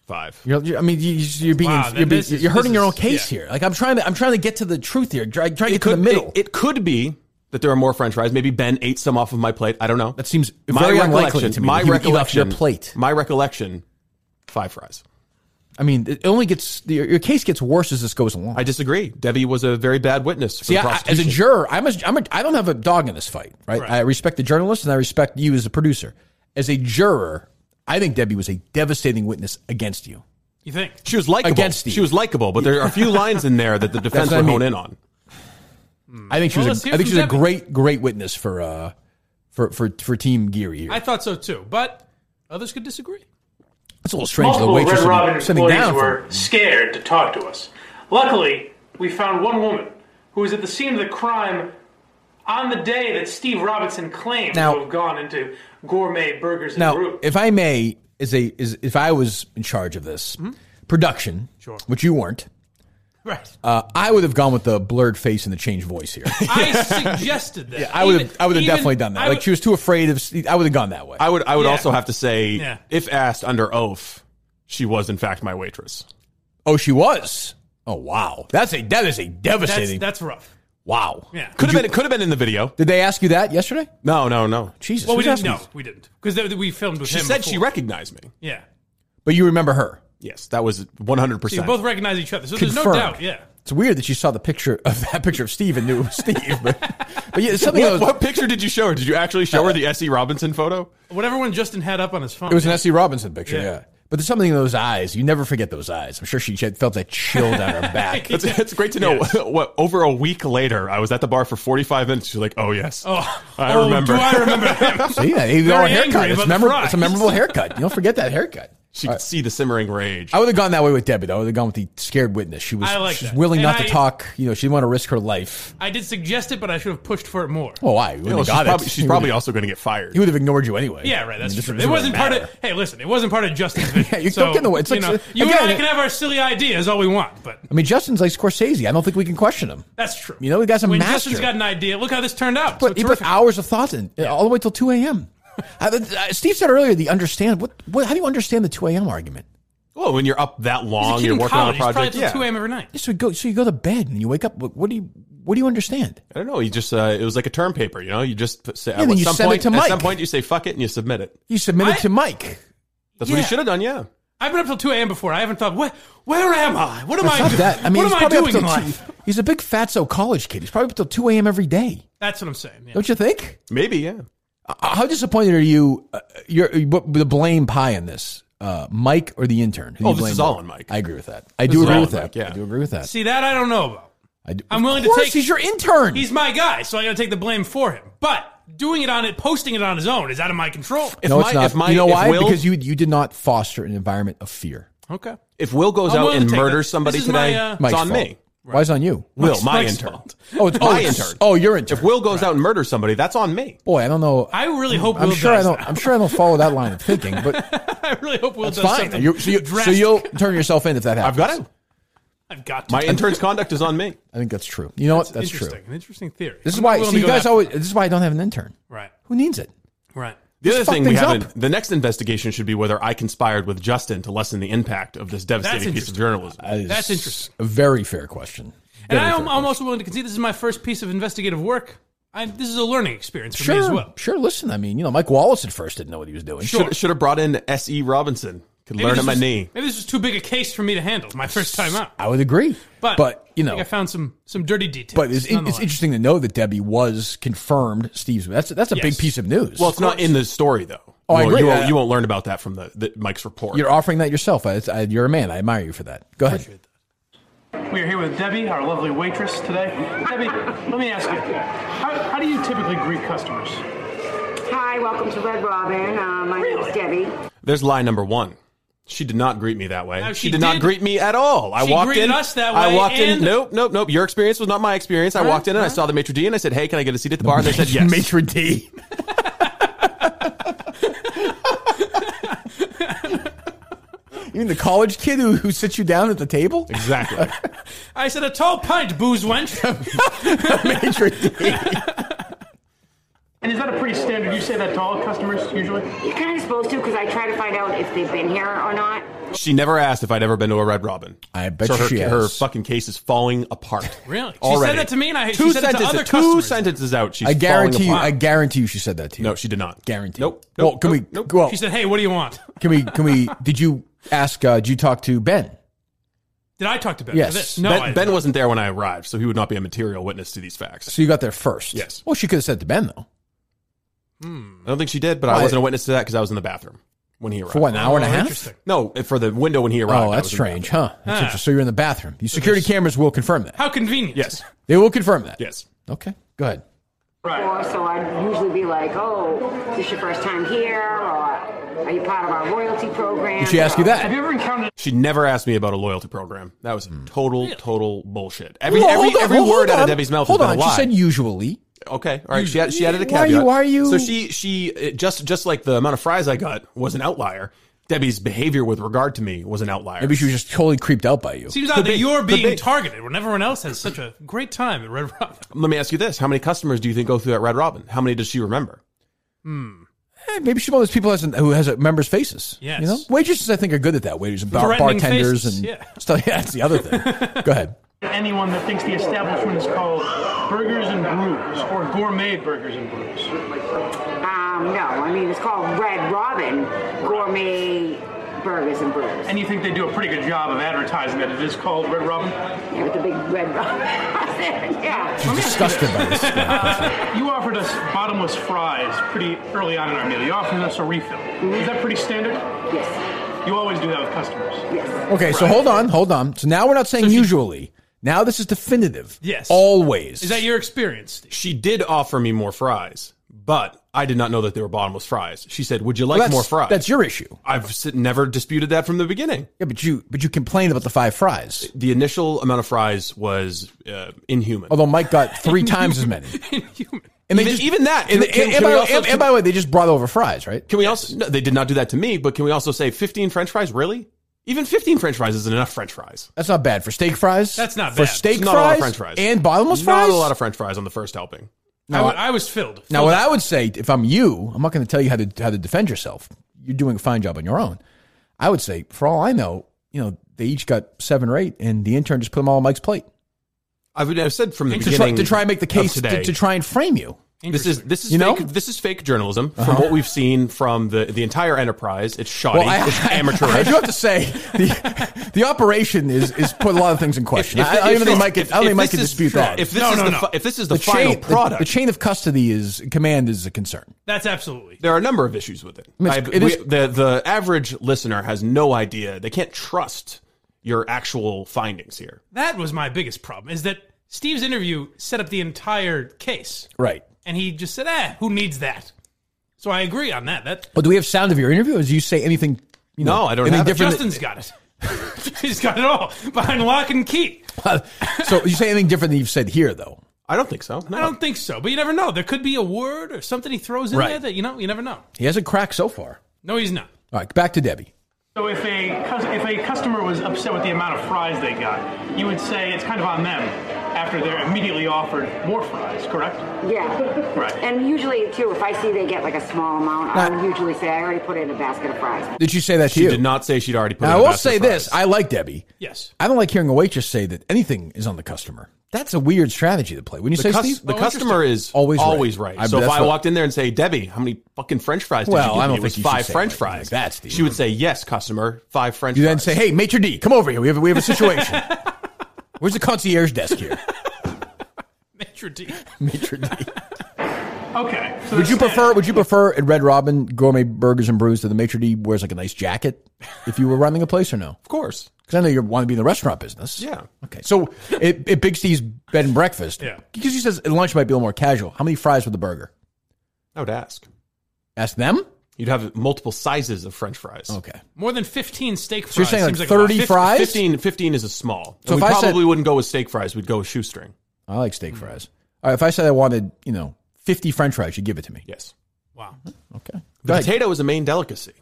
Speaker 3: Five.
Speaker 2: You're, you're- I mean, you, you're being
Speaker 4: Wow,
Speaker 2: you're, being,
Speaker 4: this is-
Speaker 2: you're hurting
Speaker 4: this
Speaker 2: your own
Speaker 4: is-
Speaker 2: case here. Like I'm trying to I'm trying to get to the truth here. Try, try to get to the middle.
Speaker 3: It, it could be that there are more French fries. Maybe Ben ate some off of my plate. I don't know.
Speaker 2: That seems very unlikely to me
Speaker 3: My
Speaker 2: that he would eat off
Speaker 3: recollection.
Speaker 2: your plate.
Speaker 3: My recollection. Five fries.
Speaker 2: I mean, it only gets your, your case gets worse as this goes along.
Speaker 3: I disagree. Debbie was a very bad witness. For
Speaker 2: See,
Speaker 3: the
Speaker 2: I, I- as a
Speaker 3: prosecution.
Speaker 2: juror, I'm a, I'm a, I don't have a dog in this fight, right? I respect the journalist and I respect you as a producer. As a juror, I think Debbie was a devastating witness against you.
Speaker 4: You think?
Speaker 3: she was likable.
Speaker 2: Against you.
Speaker 3: she was likable, but there are a few lines in there that the defense
Speaker 2: what I
Speaker 3: would
Speaker 2: mean.
Speaker 3: hone in on.
Speaker 2: I think she
Speaker 4: Well,
Speaker 2: was.
Speaker 4: let's
Speaker 2: A,
Speaker 4: hear
Speaker 2: I think
Speaker 4: from
Speaker 2: she was a
Speaker 4: Debbie.
Speaker 2: great, great witness for uh for for for Team Geary here.
Speaker 4: I thought so too, but others could disagree.
Speaker 2: It's a little strange. The
Speaker 5: Multiple
Speaker 2: waitress
Speaker 5: Oh, Red Robin
Speaker 2: is sitting
Speaker 5: employees
Speaker 2: down.
Speaker 5: were
Speaker 2: For,
Speaker 5: scared to talk to us. Luckily, we found one woman who was at the scene of the crime on the day that Steve Robinson claimed
Speaker 2: Now-
Speaker 5: to have gone into gourmet burgers and brew.
Speaker 2: now, if I may, as a is if I was in charge of this production, which you weren't,
Speaker 4: Right.
Speaker 2: uh, I would have gone with the blurred face and the changed voice here.
Speaker 4: I suggested that.
Speaker 2: I would
Speaker 4: Even-
Speaker 2: have, I would have
Speaker 4: even-
Speaker 2: definitely done that.
Speaker 4: I
Speaker 2: like
Speaker 4: would-
Speaker 2: she was too afraid of. I would have gone that way.
Speaker 3: I would. I would
Speaker 4: Yeah.
Speaker 3: also have to say,
Speaker 4: Yeah.
Speaker 3: if asked under oath, she was in fact my waitress.
Speaker 2: Oh, she was. Oh wow, that's a that is a
Speaker 4: That's,
Speaker 2: devastating.
Speaker 4: that's rough.
Speaker 2: wow.
Speaker 4: Yeah.
Speaker 3: Could have been. Could have been in the video.
Speaker 2: Did they ask you that yesterday?
Speaker 3: No, no, no.
Speaker 2: Jesus.
Speaker 4: Well, we
Speaker 2: who's
Speaker 4: didn't. No,
Speaker 2: asking you?
Speaker 4: we didn't because we filmed with
Speaker 3: She
Speaker 4: him.
Speaker 3: said
Speaker 4: before.
Speaker 3: she recognized me.
Speaker 4: Yeah.
Speaker 2: But you remember her.
Speaker 3: Yes, that was one hundred
Speaker 4: So you
Speaker 3: percent.
Speaker 4: both recognize each other, so there's no
Speaker 2: Confirmed.
Speaker 4: doubt. Yeah.
Speaker 2: It's weird that you saw the picture of that picture of Steve and knew it was Steve. But, but yeah, it's something that
Speaker 3: What,
Speaker 2: was,
Speaker 3: what picture did you show her? Did you actually show her the S.E. Robinson photo?
Speaker 4: Whatever one Justin had up on his phone.
Speaker 2: it was an S.C. Robinson picture. Yeah.
Speaker 4: Yeah.
Speaker 2: But there's something in those eyes. You never forget those eyes. I'm sure she had- felt that chill down her back.
Speaker 3: It's, it's great to know what over a week later, I was at the bar for 45 minutes. She's like, oh, yes.
Speaker 4: Oh,
Speaker 3: I
Speaker 4: oh,
Speaker 3: remember.
Speaker 4: Do I remember him?
Speaker 2: See, yeah, you got a
Speaker 4: Very
Speaker 2: haircut.
Speaker 4: angry
Speaker 2: It's,
Speaker 4: about
Speaker 2: memor-
Speaker 4: the
Speaker 2: it's a
Speaker 4: fries.
Speaker 2: memorable haircut. You don't forget that haircut.
Speaker 3: she could see the simmering rage.
Speaker 2: I would have gone that way with Debbie. Though. I would have gone with the scared witness. She was
Speaker 4: I like
Speaker 2: she was
Speaker 4: that.
Speaker 2: willing
Speaker 4: And
Speaker 2: not
Speaker 4: I-
Speaker 2: to talk. You know, she didn't want to risk her life.
Speaker 4: I did suggest it, but I should have pushed for it more.
Speaker 2: Oh, I
Speaker 3: You know, she's
Speaker 2: got
Speaker 3: probably,
Speaker 2: it.
Speaker 3: she's
Speaker 2: He would've-
Speaker 3: probably also going to get fired.
Speaker 2: he would have ignored you anyway.
Speaker 4: Yeah, right. That's
Speaker 2: I mean, this
Speaker 4: true.
Speaker 2: doesn't
Speaker 4: It wasn't
Speaker 2: really
Speaker 4: part of.
Speaker 2: matter.
Speaker 4: Hey, listen, it wasn't part of Justin's vision.
Speaker 2: you-
Speaker 4: so,
Speaker 2: don't get in the way. It's
Speaker 4: you
Speaker 2: like-
Speaker 4: know, you and
Speaker 2: again-
Speaker 4: I can have our silly ideas all we want, but
Speaker 2: I mean, Justin's like Scorsese. I don't think we can question him.
Speaker 4: that's true.
Speaker 2: You know, the guy's a
Speaker 4: when
Speaker 2: master.
Speaker 4: Justin's got an idea, look how this turned out.
Speaker 2: But he
Speaker 4: so
Speaker 2: put
Speaker 4: terrific.
Speaker 2: hours of thought in, all the way till two a.m. I- I- Steve said earlier, the understand what, what? How do you understand the two a.m. argument?
Speaker 3: Well, when you're up that
Speaker 4: He's a
Speaker 3: long,
Speaker 4: kid
Speaker 3: you're
Speaker 4: in
Speaker 3: working
Speaker 4: college.
Speaker 3: on a project.
Speaker 4: He's probably
Speaker 3: yeah.
Speaker 4: till two a.m. every night.
Speaker 2: So you go, so you go to bed and you wake up. What, what do you? What do you understand?
Speaker 3: I don't know. You just, uh, it was like a term paper, you know? You just put- say,
Speaker 2: then
Speaker 3: at,
Speaker 2: you
Speaker 3: some
Speaker 2: send it
Speaker 3: point,
Speaker 2: to
Speaker 3: at
Speaker 2: Mike.
Speaker 3: some point, you say, fuck it, and you submit it.
Speaker 2: You submitted
Speaker 4: I-
Speaker 2: to Mike.
Speaker 3: That's what
Speaker 4: Yeah.
Speaker 3: you should have done, yeah.
Speaker 4: I've been up till two a.m. before. I haven't thought, what? Where am I? What am
Speaker 2: It's
Speaker 4: I?
Speaker 2: not
Speaker 4: doing?
Speaker 2: that. I mean, he's
Speaker 4: what am I
Speaker 2: probably
Speaker 4: doing in
Speaker 2: up till
Speaker 4: life?
Speaker 2: two, He's a big fatso college kid. He's probably up till two a.m. every day.
Speaker 4: That's what I'm saying. yeah.
Speaker 2: Don't you think?
Speaker 3: Maybe, yeah.
Speaker 2: Uh, How disappointed are you? Uh, you're what, the blame pie in this, uh, Mike or the intern? Who do
Speaker 3: Oh,
Speaker 2: you
Speaker 3: this
Speaker 2: blame
Speaker 3: is all
Speaker 2: more?
Speaker 3: on Mike.
Speaker 2: I agree with that. I
Speaker 3: This
Speaker 2: do
Speaker 3: is
Speaker 2: agree
Speaker 3: all
Speaker 2: with
Speaker 3: on
Speaker 2: that.
Speaker 3: Mike, yeah.
Speaker 2: I do agree with that.
Speaker 4: See that I don't know about.
Speaker 2: I do.
Speaker 4: I'm willing
Speaker 2: of
Speaker 4: to
Speaker 2: course,
Speaker 4: take-
Speaker 2: He's your intern.
Speaker 4: He's my guy, so I got to take the blame for him. But doing it on it, posting it on his own, is out of my control.
Speaker 3: If
Speaker 2: no,
Speaker 3: my,
Speaker 2: it's not.
Speaker 3: If my,
Speaker 2: you know
Speaker 3: if
Speaker 2: why?
Speaker 3: Will-
Speaker 2: because you you did not foster an environment of fear.
Speaker 3: Okay. If Will goes
Speaker 4: I'm
Speaker 3: out
Speaker 4: willing
Speaker 3: and
Speaker 4: to take
Speaker 3: murders
Speaker 4: that.
Speaker 3: somebody
Speaker 4: This is
Speaker 3: today,
Speaker 4: my, uh,
Speaker 3: it's on me.
Speaker 2: Why is it on you?
Speaker 3: Will, my
Speaker 4: Mike's
Speaker 3: intern.
Speaker 4: fault.
Speaker 2: Oh, it's
Speaker 3: my
Speaker 2: oh, it's-
Speaker 3: intern.
Speaker 2: Oh, your intern.
Speaker 3: If Will goes out and murders somebody, that's on me.
Speaker 2: Boy, I don't know.
Speaker 4: I really hope
Speaker 2: I'm
Speaker 4: Will
Speaker 2: sure I
Speaker 4: does
Speaker 2: don't.
Speaker 4: that.
Speaker 2: I'm sure I don't follow that line of thinking, but
Speaker 4: I really hope Will
Speaker 2: it's
Speaker 4: does
Speaker 2: fine.
Speaker 4: something.
Speaker 2: You, so, you, so
Speaker 4: drastic.
Speaker 2: you'll turn yourself in if that happens.
Speaker 3: I've got to.
Speaker 4: I've got to.
Speaker 3: My intern's conduct is on me.
Speaker 2: I think that's true. You know what? That's true.
Speaker 4: interesting. An interesting theory.
Speaker 2: This is
Speaker 4: I'm
Speaker 2: why.
Speaker 4: willing
Speaker 2: So
Speaker 4: to
Speaker 2: you
Speaker 4: go
Speaker 2: guys
Speaker 4: that-
Speaker 2: always. This is why I don't have an intern.
Speaker 4: Right.
Speaker 2: Who needs it?
Speaker 4: Right.
Speaker 3: The other
Speaker 2: Just fuck
Speaker 3: thing we
Speaker 2: things
Speaker 3: haven't.
Speaker 2: up.
Speaker 3: The next investigation should be whether I conspired with Justin to lessen the impact of this devastating piece of
Speaker 4: interesting.
Speaker 3: journalism.
Speaker 2: That is
Speaker 4: That's interesting.
Speaker 2: A very fair question.
Speaker 4: And
Speaker 2: Very
Speaker 4: I
Speaker 2: fair
Speaker 4: am, I'm also willing to concede this is my first piece of investigative work. I, this is a learning experience for
Speaker 2: sure,
Speaker 4: me as well.
Speaker 2: sure. Listen, I mean, you know, Mike Wallace at first didn't know what he was doing.
Speaker 3: Should, should have brought in S.E. Robinson. Could
Speaker 4: Maybe
Speaker 3: learn
Speaker 4: this
Speaker 3: at my
Speaker 4: was-
Speaker 3: knee.
Speaker 4: Maybe this was too big a case for me to handle. My first time out.
Speaker 2: I would agree,
Speaker 4: But,
Speaker 2: you
Speaker 4: I
Speaker 2: know,
Speaker 4: think I found some some dirty details.
Speaker 2: but it's, it's
Speaker 4: nonetheless.
Speaker 2: interesting to know that Debbie was confirmed Steve's. That's that's a big
Speaker 4: Yes.
Speaker 2: piece of news.
Speaker 3: Well, it's not in the story though.
Speaker 2: Oh, I
Speaker 3: you, won't-
Speaker 2: agree.
Speaker 3: You won't,
Speaker 2: Yeah.
Speaker 3: you won't learn about that from the, the Mike's report.
Speaker 2: you're offering that yourself. I, I, you're a man. I admire you for that. Go ahead.
Speaker 5: We are here with Debbie, our lovely waitress today. Debbie, let me ask you, how, how do you typically greet customers?
Speaker 10: Hi, welcome to Red Robin. Uh, my name is Debbie.
Speaker 3: There's lie number one. She did not greet me that way.
Speaker 4: No,
Speaker 3: she,
Speaker 4: she
Speaker 3: did, not
Speaker 4: did.
Speaker 3: greet me at all. I
Speaker 4: She
Speaker 3: walked
Speaker 4: greeted
Speaker 3: in.
Speaker 4: us that
Speaker 3: I
Speaker 4: way,
Speaker 3: walked in.
Speaker 4: and-
Speaker 3: Nope, nope, nope. Your experience was not my experience. I walked in and I saw the maitre d' and I said, "Hey, can I get a seat at the bar?" And they said, "Yes."
Speaker 2: Maitre D. you mean the college kid who, who sits you down at the table?
Speaker 3: Exactly.
Speaker 4: I said a tall pint, booze wench.
Speaker 2: Maitre D.
Speaker 5: And Is that a pretty standard? You say that to all customers usually?
Speaker 10: You're kind of supposed to because I try to find out if they've been here or not.
Speaker 3: She never asked if I'd ever been to a Red Robin.
Speaker 2: I bet
Speaker 3: so her,
Speaker 2: she has.
Speaker 3: her fucking case is falling apart.
Speaker 4: Really? She said
Speaker 3: Already.
Speaker 4: that to me, and I- she
Speaker 3: two
Speaker 4: said that to
Speaker 3: sentences,
Speaker 4: other
Speaker 3: two
Speaker 4: customers.
Speaker 3: sentences out. She's
Speaker 2: I guarantee you.
Speaker 3: falling
Speaker 2: I
Speaker 3: apart.
Speaker 2: guarantee you. She said that to you.
Speaker 3: no, she did not.
Speaker 2: guarantee.
Speaker 3: Nope.
Speaker 2: well, can we?
Speaker 3: nope,
Speaker 2: Well,
Speaker 4: She said, "Hey, what do you want?"
Speaker 2: can we? Can we? Did you ask? Uh, did you talk to Ben?
Speaker 4: Did I talk to Ben?
Speaker 2: Yes.
Speaker 4: For this? No. Oh, I,
Speaker 3: ben, ben wasn't there when I arrived, so he would not be a material witness to these facts.
Speaker 2: So you got there first.
Speaker 3: Yes.
Speaker 2: Well, she could have said to Ben though.
Speaker 3: I don't think she did, but
Speaker 2: Why?
Speaker 3: I wasn't a witness to that because I was in the bathroom when he arrived.
Speaker 2: For what? An hour and a
Speaker 4: Oh,
Speaker 2: half.
Speaker 4: interesting.
Speaker 3: No, for the window when he arrived.
Speaker 2: Oh,
Speaker 3: I
Speaker 2: that's
Speaker 3: was in the Ah.
Speaker 2: strange, huh? That's interesting. So you're in the bathroom. The security cameras will confirm that.
Speaker 4: How convenient.
Speaker 3: bathroom. Yes.
Speaker 2: They will confirm that.
Speaker 3: Yes.
Speaker 2: Okay. Go ahead.
Speaker 10: Or so I'd usually be like, oh, is this your first time here? Or are you part of our royalty program?
Speaker 2: Did she ask you
Speaker 5: Have
Speaker 2: that?
Speaker 5: you ever encountered
Speaker 3: She never asked me about a loyalty program. That was total, total bullshit. Every,
Speaker 2: Well,
Speaker 3: every,
Speaker 2: Hmm. hold on,
Speaker 3: every
Speaker 2: hold
Speaker 3: word out
Speaker 2: on.
Speaker 3: of Debbie's mouth
Speaker 2: Hold
Speaker 3: has
Speaker 2: on.
Speaker 3: been a lie.
Speaker 2: She said usually.
Speaker 3: Okay, all right. She, had, she added a
Speaker 2: Why are
Speaker 3: caveat.
Speaker 2: you- why are you-
Speaker 3: So she she it just just like the amount of fries I got was an outlier. Debbie's behavior with regard to me was an outlier.
Speaker 2: Maybe she was just totally creeped out by you.
Speaker 4: Seems odd that you're
Speaker 3: Could
Speaker 4: being
Speaker 3: be.
Speaker 4: targeted when everyone else has such a great time at Red Robin.
Speaker 3: Let me ask you this: How many customers do you think go through that Red Robin? How many does she remember?
Speaker 2: Eh, maybe she's one of those people has who has a members' faces.
Speaker 4: Yes.
Speaker 2: You know, waitresses I think are good at that. Waiters and bar-
Speaker 4: Threatening
Speaker 2: bartenders
Speaker 4: faces,
Speaker 2: and
Speaker 4: yeah.
Speaker 2: stuff. Yeah, that's the other thing. Go ahead.
Speaker 5: anyone that thinks the establishment is called Burgers and Brews or Gourmet Burgers and Brews?
Speaker 10: Um, no, I mean, it's called Red Robin Gourmet Burgers and Brews.
Speaker 5: And you think they do a pretty good job of advertising that it is called Red Robin?
Speaker 10: Yeah, with the big red robin. yeah.
Speaker 2: She's disgusted by this.
Speaker 5: You offered us bottomless fries pretty early on in our meal. You offered us a refill. Is that pretty standard?
Speaker 10: Yes.
Speaker 5: You always do that with customers.
Speaker 10: Yes.
Speaker 2: Okay, so hold on, hold on. So now we're not saying usually. Now this is definitive.
Speaker 4: Yes.
Speaker 2: Always.
Speaker 4: Is that your experience? Steve?
Speaker 3: She did offer me more fries, but I did not know that they were bottomless fries. She said, "Would you like
Speaker 2: Well, that's,
Speaker 3: more fries?"
Speaker 2: That's your issue.
Speaker 3: I've s- never disputed that from the beginning.
Speaker 2: Yeah, but you but you complained about the five fries.
Speaker 3: The initial amount of fries was uh, inhuman.
Speaker 2: Although Mike got three times as many.
Speaker 4: Inhuman.
Speaker 2: And they
Speaker 3: Even-
Speaker 2: just,
Speaker 3: even that.
Speaker 2: And,
Speaker 3: Can- can-
Speaker 2: and-
Speaker 3: can
Speaker 2: and by,
Speaker 3: we
Speaker 2: the way-
Speaker 3: also-
Speaker 2: and- and by the way, they just brought over fries, right?
Speaker 3: Can we also? No, they did not do that to me. But can we also say fifteen French fries? Really? Even fifteen French fries isn't enough French fries.
Speaker 2: That's not bad for steak fries.
Speaker 4: That's not
Speaker 2: for
Speaker 4: bad.
Speaker 2: steak
Speaker 3: It's not a
Speaker 2: fries,
Speaker 3: lot of French fries.
Speaker 2: and bottomless
Speaker 3: Not
Speaker 2: fries.
Speaker 3: a lot of French fries on the first helping.
Speaker 4: I,
Speaker 2: Now,
Speaker 4: wa- I was filled.
Speaker 2: now what I would say, if I'm you, I'm not going to tell you how to how to defend yourself. You're doing a fine job on your own. I would say, for all I know, you know, they each got seven or eight, and the intern just put them all on Mike's plate
Speaker 3: I would have said from the
Speaker 2: to try,
Speaker 3: beginning
Speaker 2: to try and make the
Speaker 3: of
Speaker 2: case
Speaker 3: today.
Speaker 2: to, to try and frame you.
Speaker 3: this is this is
Speaker 2: You know? Uh-huh.
Speaker 3: fake, this is fake journalism from what we've seen from the the entire enterprise. It's shoddy. it's amateurish.
Speaker 2: I do have to say the, the operation is is put a lot of things in question. I, I don't even think Mike could, I don't think Mike could
Speaker 3: this is
Speaker 2: dispute
Speaker 3: fraud-
Speaker 2: that.
Speaker 3: If this
Speaker 4: No,
Speaker 3: is
Speaker 4: no,
Speaker 3: the,
Speaker 4: no.
Speaker 3: fi- if this is the, final
Speaker 2: chain,
Speaker 3: product,
Speaker 2: the chain of custody is command is a concern.
Speaker 4: That's absolutely.
Speaker 3: there are a number of issues with it.
Speaker 2: I mean, it's-
Speaker 3: I've-
Speaker 2: it
Speaker 3: we-
Speaker 2: is-
Speaker 3: the the average listener has no idea. They can't trust your actual findings here.
Speaker 4: That was my biggest problem. Is that Steve's interview set up the entire case,
Speaker 2: Right.
Speaker 4: and he just said, "Ah, who needs that?" So I agree on that. That
Speaker 2: Well, do we have sound of your interview? Or do you say anything? You know,
Speaker 3: No, I don't
Speaker 2: anything
Speaker 3: have it.
Speaker 2: different.
Speaker 4: Justin's got it. He's got it all behind lock and key.
Speaker 2: so you say anything different than you've said here, though.
Speaker 3: I don't think so. No.
Speaker 4: I don't think so, but you never know. There could be a word or something he throws in
Speaker 2: Right.
Speaker 4: there that you know. You never know.
Speaker 2: He hasn't cracked so far.
Speaker 4: No, he's not.
Speaker 2: All right, back to Debbie.
Speaker 5: So if a cus- if a customer was upset with the amount of fries they got, you would say it's kind of on them after they're immediately offered more fries, correct?
Speaker 10: Yeah.
Speaker 5: Right.
Speaker 10: And usually, too, if I see they get like a small amount,
Speaker 2: Nah.
Speaker 10: I'll usually say, I already put in a basket of fries.
Speaker 2: Did she say that to
Speaker 3: She
Speaker 2: you?
Speaker 3: did not say she'd already put.
Speaker 2: Now,
Speaker 3: in
Speaker 2: I
Speaker 3: a
Speaker 2: will
Speaker 3: basket
Speaker 2: say
Speaker 3: of fries.
Speaker 2: this: I like Debbie.
Speaker 4: Yes.
Speaker 2: I don't like hearing a waitress say that anything is on the customer. That's a weird strategy to play. When you
Speaker 3: The,
Speaker 2: say
Speaker 3: cus-
Speaker 2: Steve,
Speaker 4: Oh,
Speaker 3: the customer is
Speaker 2: Always
Speaker 3: always
Speaker 2: right.
Speaker 3: always right.
Speaker 2: I-
Speaker 3: so if
Speaker 2: that's
Speaker 3: I
Speaker 2: what-
Speaker 3: walked in there and say, Debbie, how many fucking French fries? Did
Speaker 2: Well,
Speaker 3: you give
Speaker 2: I don't
Speaker 3: me? It was
Speaker 2: think you should
Speaker 3: five
Speaker 2: say
Speaker 3: French
Speaker 2: anything like
Speaker 3: fries.
Speaker 2: that, Steve.
Speaker 3: She would say, yes, customer, five French.
Speaker 2: you then
Speaker 3: fries.
Speaker 2: say, "Hey, maitre d, come over here. We have we have a situation. Where's the concierge desk here,
Speaker 4: Maitre d'.
Speaker 2: maitre d?
Speaker 5: Okay. So
Speaker 2: Would
Speaker 5: that's
Speaker 2: you
Speaker 5: standard.
Speaker 2: prefer? Would you prefer at Red Robin gourmet burgers and brews that the maitre d wears like a nice jacket if you were running a place or no?
Speaker 3: of course,
Speaker 2: Because I know you want to be in the restaurant business.
Speaker 3: yeah.
Speaker 2: Okay. So at, at Big C's bed and breakfast,
Speaker 4: Yeah.
Speaker 2: because he says at lunch might be a little more casual. How many fries with the burger?
Speaker 3: I would ask.
Speaker 2: Ask them.
Speaker 3: You'd have multiple sizes of French fries.
Speaker 2: Okay.
Speaker 4: More than 15 steak fries.
Speaker 2: So you're saying
Speaker 4: seems
Speaker 2: like
Speaker 4: a lot.
Speaker 2: 30
Speaker 4: Fif-
Speaker 2: fries?
Speaker 3: 15, 15 is a small.
Speaker 2: So
Speaker 3: So we
Speaker 2: if I said-
Speaker 3: probably wouldn't go with steak fries. We'd go with shoestring.
Speaker 2: I like steak fries. All right. If I said I wanted, you know, fifty French fries, you give it to me.
Speaker 3: Yes.
Speaker 4: Wow.
Speaker 2: Okay.
Speaker 3: The
Speaker 2: Go ahead.
Speaker 3: potato is a main delicacy.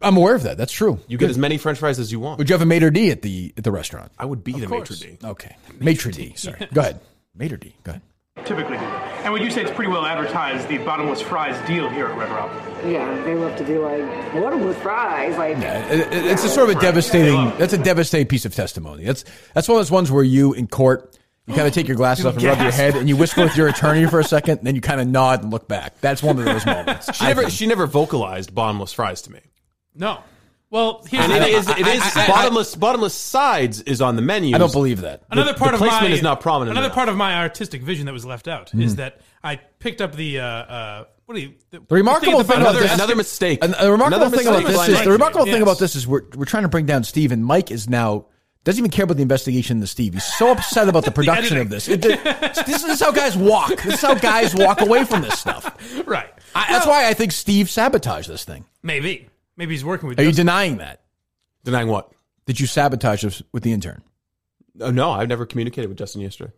Speaker 2: I'm aware of that. That's true.
Speaker 3: You get as many French fries as you want.
Speaker 2: Would you have a maitre d at the at the restaurant?
Speaker 3: I would be the maitre d.
Speaker 2: Okay. Maitre d. Sorry. Go ahead. Maitre d. Go ahead.
Speaker 5: typically do. And would you say it's pretty well advertised, the bottomless fries deal here at Red Rock?
Speaker 10: Yeah, they love to do like water with fries. Like
Speaker 2: It- it- It's a sort of a devastating. That's a devastating piece of testimony. That's that's one of those ones where you in court, you kind of take your glasses off and rub your
Speaker 3: Gasp.
Speaker 2: head, and you whisper with your attorney for a second, and then you kind of nod and look back. That's one of those moments.
Speaker 3: She never she never vocalized bottomless fries to me.
Speaker 4: No. Well, here's
Speaker 3: And
Speaker 4: the
Speaker 3: it
Speaker 4: thing.
Speaker 3: is it is
Speaker 4: I- I- I-
Speaker 3: bottomless bottomless sides is on the menu.
Speaker 2: I don't believe that.
Speaker 4: another
Speaker 3: the
Speaker 4: part of
Speaker 3: placement
Speaker 4: my
Speaker 3: is not prominent
Speaker 4: Another
Speaker 3: enough.
Speaker 4: part of my artistic vision that was left out is that I picked up the uh, uh, what do you the,
Speaker 2: Hmm. The remarkable
Speaker 4: at the
Speaker 2: thing
Speaker 4: bottom
Speaker 2: about
Speaker 4: of
Speaker 2: this,
Speaker 4: the-
Speaker 3: another mistake.
Speaker 2: An- a remarkable
Speaker 3: Another
Speaker 2: thing about
Speaker 3: mistake
Speaker 2: this
Speaker 3: by
Speaker 2: is
Speaker 3: Mike.
Speaker 2: the remarkable thing
Speaker 4: Yes.
Speaker 2: about this is we're we're trying to bring down Steve, and Mike is now doesn't even care about the investigation into Steve. He's so upset about the production of this. It- this is how guys walk. This is how guys walk away from this stuff.
Speaker 4: right.
Speaker 2: I, that's why I think Steve sabotaged this thing.
Speaker 4: Maybe maybe he's working with.
Speaker 2: Are you
Speaker 4: Justin.
Speaker 2: denying that?
Speaker 3: Denying what?
Speaker 2: Did you sabotage us with the intern?
Speaker 3: Oh, no, I've never communicated with Justin yesterday.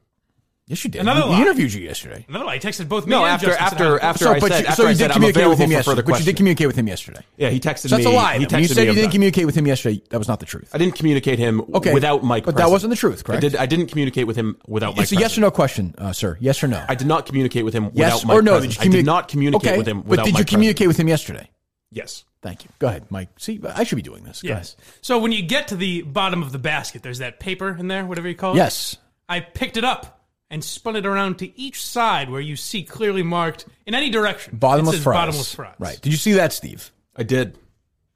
Speaker 2: Yes, you did.
Speaker 4: Another
Speaker 2: he
Speaker 4: lie.
Speaker 2: interviewed you yesterday.
Speaker 4: No, I texted both me
Speaker 3: No,
Speaker 4: and
Speaker 3: after
Speaker 4: Justin
Speaker 3: after
Speaker 4: tonight.
Speaker 3: after I said
Speaker 2: you,
Speaker 3: after
Speaker 2: so
Speaker 3: I
Speaker 2: you did
Speaker 3: said I'm
Speaker 2: communicate with
Speaker 3: available
Speaker 2: him
Speaker 3: for further
Speaker 2: yesterday. But you did
Speaker 3: questions.
Speaker 2: communicate with him yesterday.
Speaker 3: Yeah, he texted
Speaker 2: So
Speaker 3: me.
Speaker 2: that's a lie.
Speaker 3: He
Speaker 2: then. When you
Speaker 3: texted
Speaker 2: said you
Speaker 3: me
Speaker 2: didn't
Speaker 3: about-
Speaker 2: communicate with him yesterday. That was not the truth.
Speaker 3: I didn't communicate him
Speaker 2: Okay,
Speaker 3: without Mike.
Speaker 2: but that
Speaker 3: present.
Speaker 2: wasn't the truth, correct?
Speaker 3: I did. I didn't communicate with him without Mike.
Speaker 2: It's a yes or
Speaker 3: present.
Speaker 2: no question, uh, sir. Yes or no?
Speaker 3: I did not communicate with him
Speaker 2: yes
Speaker 3: without Mike.
Speaker 2: or no?
Speaker 3: present. I
Speaker 2: communi-
Speaker 3: did not communicate
Speaker 2: Okay,
Speaker 3: with him.
Speaker 2: But
Speaker 3: Without
Speaker 2: did you
Speaker 3: Mike
Speaker 2: communicate with him yesterday?
Speaker 3: Yes.
Speaker 2: Thank you. Go ahead, Mike. See, I should be doing this. Go
Speaker 4: Yes. So when you get to the bottom of the basket, there's that paper in there, whatever you call
Speaker 2: ahead.
Speaker 4: it.
Speaker 2: Yes.
Speaker 4: I picked it up and spun it around to each side where you see clearly marked in any direction. it
Speaker 2: Bottomless
Speaker 4: says
Speaker 2: fries.
Speaker 4: Bottomless fries.
Speaker 2: Right. Did you see that, Steve?
Speaker 3: I did.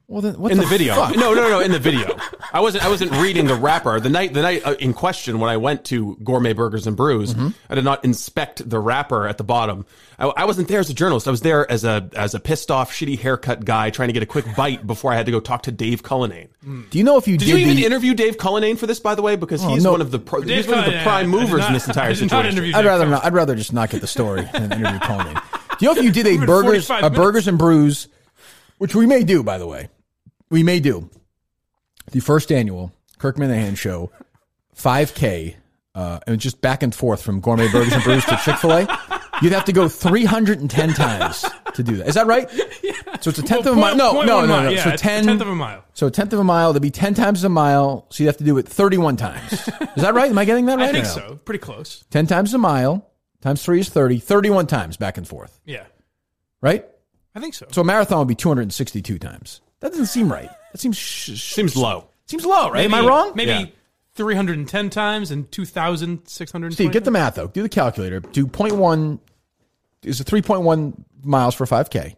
Speaker 2: Well, then what
Speaker 3: in the, video.
Speaker 2: fuck?
Speaker 3: No, no, no, in the video. I wasn't. I wasn't reading the wrapper. The night, the night uh, in question, when I went to Gourmet Burgers and Brews,
Speaker 2: Mm-hmm.
Speaker 3: I did not inspect the wrapper at the bottom. I, I wasn't there as a journalist. I was there as a as a pissed off, shitty haircut guy trying to get a quick bite before I had to go talk to Dave Cullinane.
Speaker 4: Hmm.
Speaker 2: Do you know if you
Speaker 3: Did
Speaker 2: did,
Speaker 3: you even
Speaker 2: the,
Speaker 3: interview Dave Cullinane for this, by the way? Because
Speaker 2: Oh,
Speaker 3: he's
Speaker 2: no.
Speaker 3: one of the pro,
Speaker 4: Dave
Speaker 3: he's one of the
Speaker 4: Cullinane,
Speaker 3: prime
Speaker 4: I did
Speaker 3: movers
Speaker 4: not-
Speaker 3: in this
Speaker 4: I
Speaker 3: entire
Speaker 4: did not
Speaker 3: situation.
Speaker 4: interview
Speaker 2: I'd rather
Speaker 4: Dave
Speaker 2: not. I'd rather just not get the story than interview Conan. Do you know if you did a
Speaker 4: We're at
Speaker 2: burgers,
Speaker 4: 45
Speaker 2: a
Speaker 4: minutes.
Speaker 2: burgers and brews, which we may do, by the way, we may do the first annual Kirk Minahan show, 5K, uh, and just back and forth from gourmet burgers and brews to Chick Fil A. You'd have to go 310 times to do that. Is that right? So it's a tenth
Speaker 4: Well,
Speaker 2: of a mile.
Speaker 4: point-
Speaker 2: No,
Speaker 4: point
Speaker 2: no, no,
Speaker 4: one
Speaker 2: no.
Speaker 4: mile.
Speaker 2: no.
Speaker 4: Yeah,
Speaker 2: so
Speaker 4: it's a tenth of a mile.
Speaker 2: So a tenth of a mile. That'd be ten times a mile. So you'd have to do it 31 times. Is that right? Am I getting that right?
Speaker 4: I think
Speaker 2: No.
Speaker 4: so. Pretty close.
Speaker 2: 10 times a mile times 3 is 30 31 times back and forth
Speaker 4: Yeah.
Speaker 2: right
Speaker 4: I think so.
Speaker 2: so a marathon would be 262 times that doesn't seem right that seems sh- sh-
Speaker 3: Seems low.
Speaker 2: seems low right am i
Speaker 4: Maybe-
Speaker 2: wrong
Speaker 4: Maybe
Speaker 3: Yeah.
Speaker 4: 310 times and 2,600.
Speaker 2: steve get the math though do the calculator do 0.1 is it 3.1 miles for 5k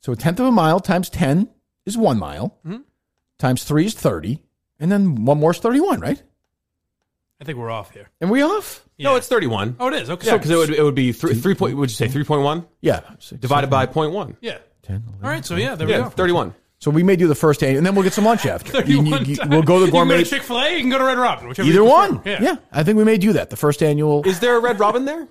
Speaker 2: so a tenth of a mile times 10 is 1 mile times 3 is 30 and then one more is 31 right
Speaker 4: I think we're off here.
Speaker 2: and we off
Speaker 3: No,
Speaker 4: Yeah.
Speaker 3: it's thirty-one.
Speaker 4: Oh, it is. Okay.
Speaker 3: Yeah, because it would it would be three, three point. Would you say three point one
Speaker 2: yeah
Speaker 3: divided by point one?
Speaker 4: Yeah.
Speaker 2: 10
Speaker 4: All right. So, yeah, there we
Speaker 3: Yeah,
Speaker 4: go.
Speaker 3: thirty-one.
Speaker 2: so we may do the first day and then we'll get some lunch after You- you-
Speaker 4: 31
Speaker 2: you-
Speaker 4: times.
Speaker 2: we'll go to
Speaker 4: You
Speaker 2: the
Speaker 4: can
Speaker 2: gourmet
Speaker 4: go to Chick Fil A. You can go to Red Robin. Whichever
Speaker 2: Either
Speaker 4: you prefer.
Speaker 2: one. Yeah. I think we may do that. The first annual
Speaker 3: Is there a Red Robin there?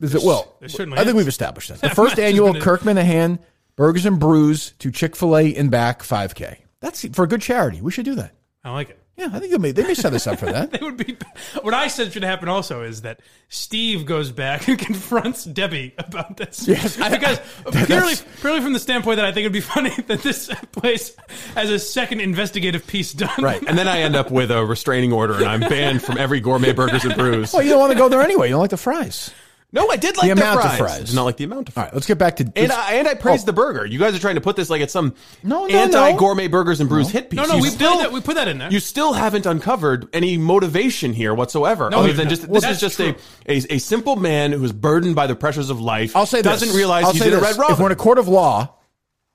Speaker 2: is it well
Speaker 4: there certainly
Speaker 2: I think
Speaker 4: is.
Speaker 2: we've established that. The first
Speaker 4: just
Speaker 2: annual
Speaker 4: gonna-
Speaker 2: Kirk Minahan Burgers and Brews to Chick-fil-A and back 5K. That's for a good charity. We should do that.
Speaker 4: I like it.
Speaker 2: Yeah, I think they may, they may set us up for that.
Speaker 4: It would be what I said should happen. Also, is that Steve goes back and confronts Debbie about this?
Speaker 2: Yes, I-
Speaker 4: because
Speaker 2: That's-
Speaker 4: purely, purely from the standpoint that I think it'd be funny that this place has a second investigative piece done.
Speaker 2: Right.
Speaker 3: And then I end up with a restraining order and I'm banned from every gourmet burgers and brews.
Speaker 2: Well, you don't want to go there anyway. You don't like the fries.
Speaker 3: No, I did like
Speaker 2: The
Speaker 3: the,
Speaker 2: amount of
Speaker 3: fries.
Speaker 2: fries.
Speaker 3: I did not like the amount of
Speaker 2: All
Speaker 3: fries.
Speaker 2: right, let's get back to
Speaker 3: And I, and I praised
Speaker 2: Oh.
Speaker 3: the burger. You guys are trying to put this like it's some
Speaker 2: No, no, no.
Speaker 3: anti gourmet burgers and brews hit piece.
Speaker 4: No, no,
Speaker 3: you
Speaker 4: we
Speaker 3: still,
Speaker 4: put that. We put that in there.
Speaker 3: you still haven't uncovered any motivation here whatsoever, other
Speaker 4: we've
Speaker 3: than
Speaker 4: not.
Speaker 3: just
Speaker 4: Well,
Speaker 3: this is
Speaker 4: that's
Speaker 3: just a, a a simple man who is burdened by the pressures of life.
Speaker 2: I'll say
Speaker 3: doesn't
Speaker 2: this.
Speaker 3: realize
Speaker 2: I'll
Speaker 3: he's
Speaker 2: say
Speaker 3: in a
Speaker 2: this.
Speaker 3: red robin.
Speaker 2: If we're in a court of law,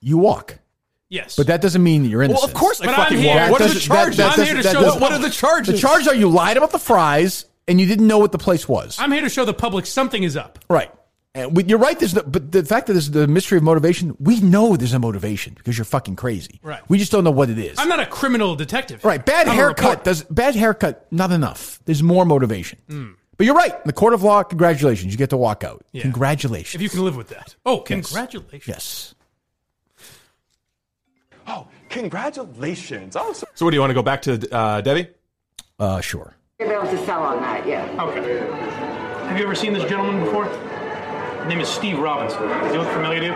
Speaker 2: you walk.
Speaker 4: yes,
Speaker 2: But that doesn't mean that you're innocent.
Speaker 3: well, of course, I
Speaker 4: But
Speaker 3: fucking
Speaker 4: I'm here.
Speaker 3: won't.
Speaker 4: That
Speaker 3: What are the
Speaker 2: doesn't- that-
Speaker 3: charges?
Speaker 2: that
Speaker 4: I'm here to
Speaker 2: doesn't- that
Speaker 4: show the
Speaker 2: doesn't-
Speaker 3: what are the charges?
Speaker 2: The charges are you lied about the fries and you didn't know what the place was.
Speaker 4: I'm here to show the public something is up.
Speaker 2: Right. And we, you're right. There's no, but the fact that there's the mystery of motivation, we know there's a motivation because you're fucking crazy.
Speaker 4: Right.
Speaker 2: We just don't know what it is.
Speaker 4: I'm not a criminal detective.
Speaker 2: right. Bad
Speaker 4: I'm a
Speaker 2: haircut
Speaker 4: reporter.
Speaker 2: does bad haircut. Not enough. There's more motivation.
Speaker 4: Hmm.
Speaker 2: But you're right. In the court of law, congratulations. You get to walk out. Congratulations.
Speaker 4: If you can live with that. Oh, congratulations.
Speaker 2: yes.
Speaker 11: Oh, congratulations. Oh, so
Speaker 3: So, what do you want to go back to, uh, Debbie?
Speaker 2: Uh, sure.
Speaker 10: They'll be able to sell on that, yeah.
Speaker 5: Okay. Have you ever seen this gentleman before? His name is Steve Robinson. Does he look familiar to you?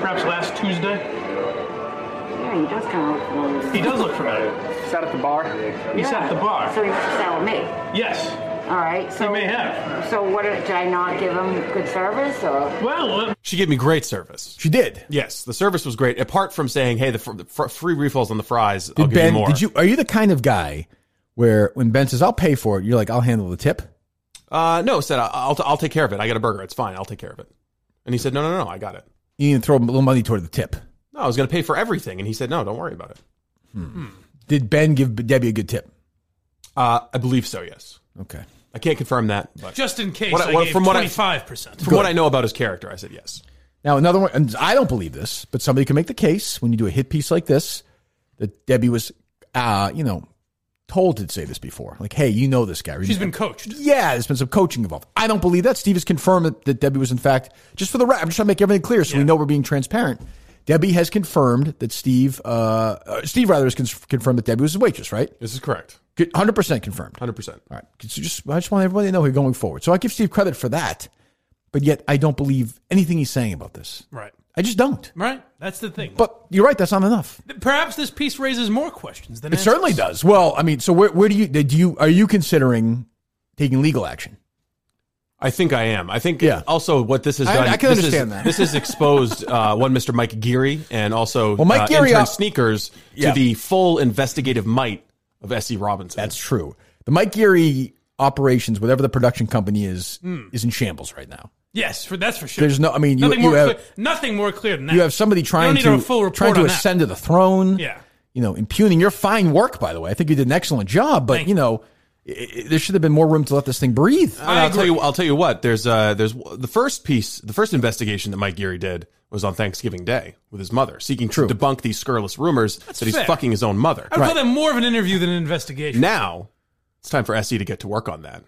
Speaker 5: Perhaps last Tuesday?
Speaker 10: Yeah, he does kind of look familiar.
Speaker 5: He does look familiar.
Speaker 12: Sat at the bar.
Speaker 5: He's
Speaker 10: yeah.
Speaker 5: at the bar.
Speaker 10: So he wants to sell me.
Speaker 5: Yes.
Speaker 10: All right. So
Speaker 5: may have.
Speaker 10: So what did I not give him good service or?
Speaker 5: Well,
Speaker 3: She gave me great service.
Speaker 2: She did.
Speaker 3: Yes, the service was great. Apart from saying, "Hey, the, fr- the fr- free refills on the fries, I'll
Speaker 2: Did
Speaker 3: give you
Speaker 2: Ben?
Speaker 3: more."
Speaker 2: Did you? Are you the kind of guy where when Ben says, "I'll pay for it," you're like, "I'll handle the tip."
Speaker 3: Uh, no, said I- I'll I'll take care of it. I got a burger. It's fine. I'll take care of it. And he said, "No, no, no, I got it.
Speaker 2: You need to throw a little money toward the tip.
Speaker 3: No, I was going to pay for everything." And he said, "No, don't worry about it."
Speaker 2: Did Ben give Debbie a good tip?
Speaker 3: Uh, I believe so. Yes,
Speaker 2: Okay.
Speaker 3: I can't confirm that, but
Speaker 4: Just in case,
Speaker 3: What I-
Speaker 4: I,
Speaker 3: what-
Speaker 4: gave
Speaker 3: from what I-
Speaker 4: 25%.
Speaker 3: from what I know about his character, I said yes.
Speaker 2: Now another one. And I don't believe this, but somebody can make the case when you do a hit piece like this that Debbie was, uh, you know, told to say this before. Like, hey, you know this guy.
Speaker 4: She's been coached.
Speaker 2: Yeah, there's been some coaching involved. I don't believe that. Steve has confirmed that, that Debbie was, in fact, just for the record, I'm just trying to make everything clear so we know we're being transparent. Debbie has confirmed that Steve, uh, uh, Steve rather has con- confirmed that Debbie was his waitress, right?
Speaker 3: This is correct.
Speaker 2: Good- 100% confirmed.
Speaker 3: Hundred percent.
Speaker 2: All right. So just, I just want everybody to know here going forward. So I give Steve credit for that, but yet I don't believe anything he's saying about this.
Speaker 4: Right.
Speaker 2: I just don't.
Speaker 4: Right? That's the thing.
Speaker 2: But you're right. That's not enough.
Speaker 4: Perhaps this piece raises more questions than
Speaker 2: It certainly
Speaker 4: answers.
Speaker 2: does. Well, I mean, so where, where do you, do you, are you considering taking legal action?
Speaker 3: I think I am. I think
Speaker 2: Yeah.
Speaker 3: also what this has
Speaker 2: I-
Speaker 3: done.
Speaker 2: I can
Speaker 3: this is-
Speaker 2: understand that.
Speaker 3: This has exposed uh, one Mr. Mike Geary and also
Speaker 2: Well, Mike
Speaker 3: uh,
Speaker 2: Geary,
Speaker 3: intern
Speaker 2: uh,
Speaker 3: sneakers
Speaker 2: yeah.
Speaker 3: to the full investigative might of S.E. Robinson.
Speaker 2: That's true. The Mike Geary operations, whatever the production company is, is in shambles right now.
Speaker 4: Yes, for, that's for sure.
Speaker 2: There's no, I mean, you,
Speaker 4: Hmm. nothing,
Speaker 2: you
Speaker 4: more
Speaker 2: have
Speaker 4: clear, nothing more clear than that.
Speaker 2: you have somebody trying
Speaker 4: You don't need
Speaker 2: to
Speaker 4: a full report
Speaker 2: trying to
Speaker 4: on that.
Speaker 2: ascend to the throne.
Speaker 4: Yeah.
Speaker 2: you know, impugning your fine work. By the way, I think you did an excellent job, but
Speaker 4: Thank
Speaker 2: you know, i i there should have been more room to let this thing breathe.
Speaker 3: I will tell you. I'll tell you what. There's uh, there's the first piece, the first investigation that Mike Geary did was on Thanksgiving Day with his mother, seeking
Speaker 2: True.
Speaker 3: to debunk these scurrilous rumors that he's
Speaker 4: fair.
Speaker 3: fucking his own mother.
Speaker 4: I would call that more of an interview than an investigation.
Speaker 3: Now it's time for SE to get to work on that.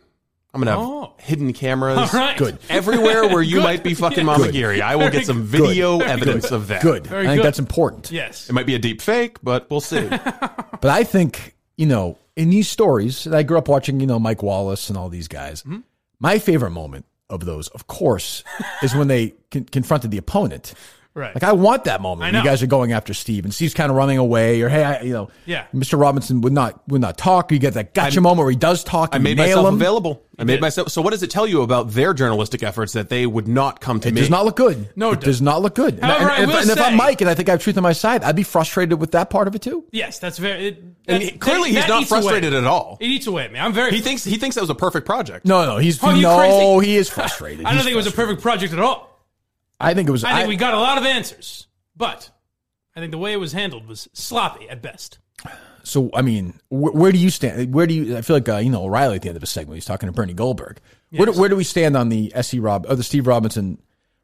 Speaker 3: I'm gonna have
Speaker 4: Oh.
Speaker 3: hidden cameras.
Speaker 4: All right.
Speaker 2: Good.
Speaker 3: Everywhere where you
Speaker 4: Good.
Speaker 3: might be fucking Mama Geary, I will get some
Speaker 2: Good.
Speaker 3: video evidence of that.
Speaker 2: Good. I think
Speaker 4: good.
Speaker 2: that's important.
Speaker 4: Yes.
Speaker 3: It might be a deep fake, but we'll see.
Speaker 2: But I think, you know, in these stories, and I grew up watching, you know, Mike Wallace and all these guys.
Speaker 4: Hmm?
Speaker 2: My favorite moment of those, of course, is when they con- confronted the opponent.
Speaker 4: Right.
Speaker 2: Like I want that moment.
Speaker 4: I
Speaker 2: when You
Speaker 4: know.
Speaker 2: guys are going after Steve, and Steve's kind of running away, or hey, I, you know,
Speaker 4: Yeah.
Speaker 2: Mr. Robinson would not would not talk. You get that gotcha
Speaker 3: I'm-
Speaker 2: moment where he does talk.
Speaker 3: I
Speaker 2: and you
Speaker 3: made
Speaker 2: nail
Speaker 3: myself
Speaker 2: him.
Speaker 3: available. I made myself. So what does it tell you about their journalistic efforts that they would not come to
Speaker 2: It
Speaker 3: me?
Speaker 2: does not look good.
Speaker 4: No,
Speaker 2: it
Speaker 4: it
Speaker 2: does not look good. And-
Speaker 4: However,
Speaker 2: and,
Speaker 4: I
Speaker 2: and
Speaker 4: will
Speaker 2: if, and if I'm
Speaker 4: say-
Speaker 2: Mike and I think I have truth on my side, I'd be frustrated with that part of it too.
Speaker 4: Yes, that's very. It,
Speaker 3: And
Speaker 4: that-
Speaker 3: he- clearly,
Speaker 4: that-
Speaker 3: he's
Speaker 4: that
Speaker 3: not
Speaker 4: eats away.
Speaker 3: frustrated at all.
Speaker 4: It eats away at me. I'm very.
Speaker 3: He thinks he thinks that was a perfect project.
Speaker 2: No, no, he's
Speaker 4: Oh, you
Speaker 2: no,
Speaker 4: crazy?
Speaker 2: he is frustrated.
Speaker 4: I don't
Speaker 2: He's
Speaker 4: think it was a
Speaker 2: frustrated.
Speaker 4: perfect project at all.
Speaker 2: I think it was.
Speaker 4: I think we got a lot of answers, but I think the way it was handled was sloppy at best.
Speaker 2: So I mean, where, where do you stand? Where do you? I feel like uh, you know O'Reilly at the end of a segment. He's talking to Bernie Goldberg. Where, do, where do we stand on the SC Rob or the Steve Robinson,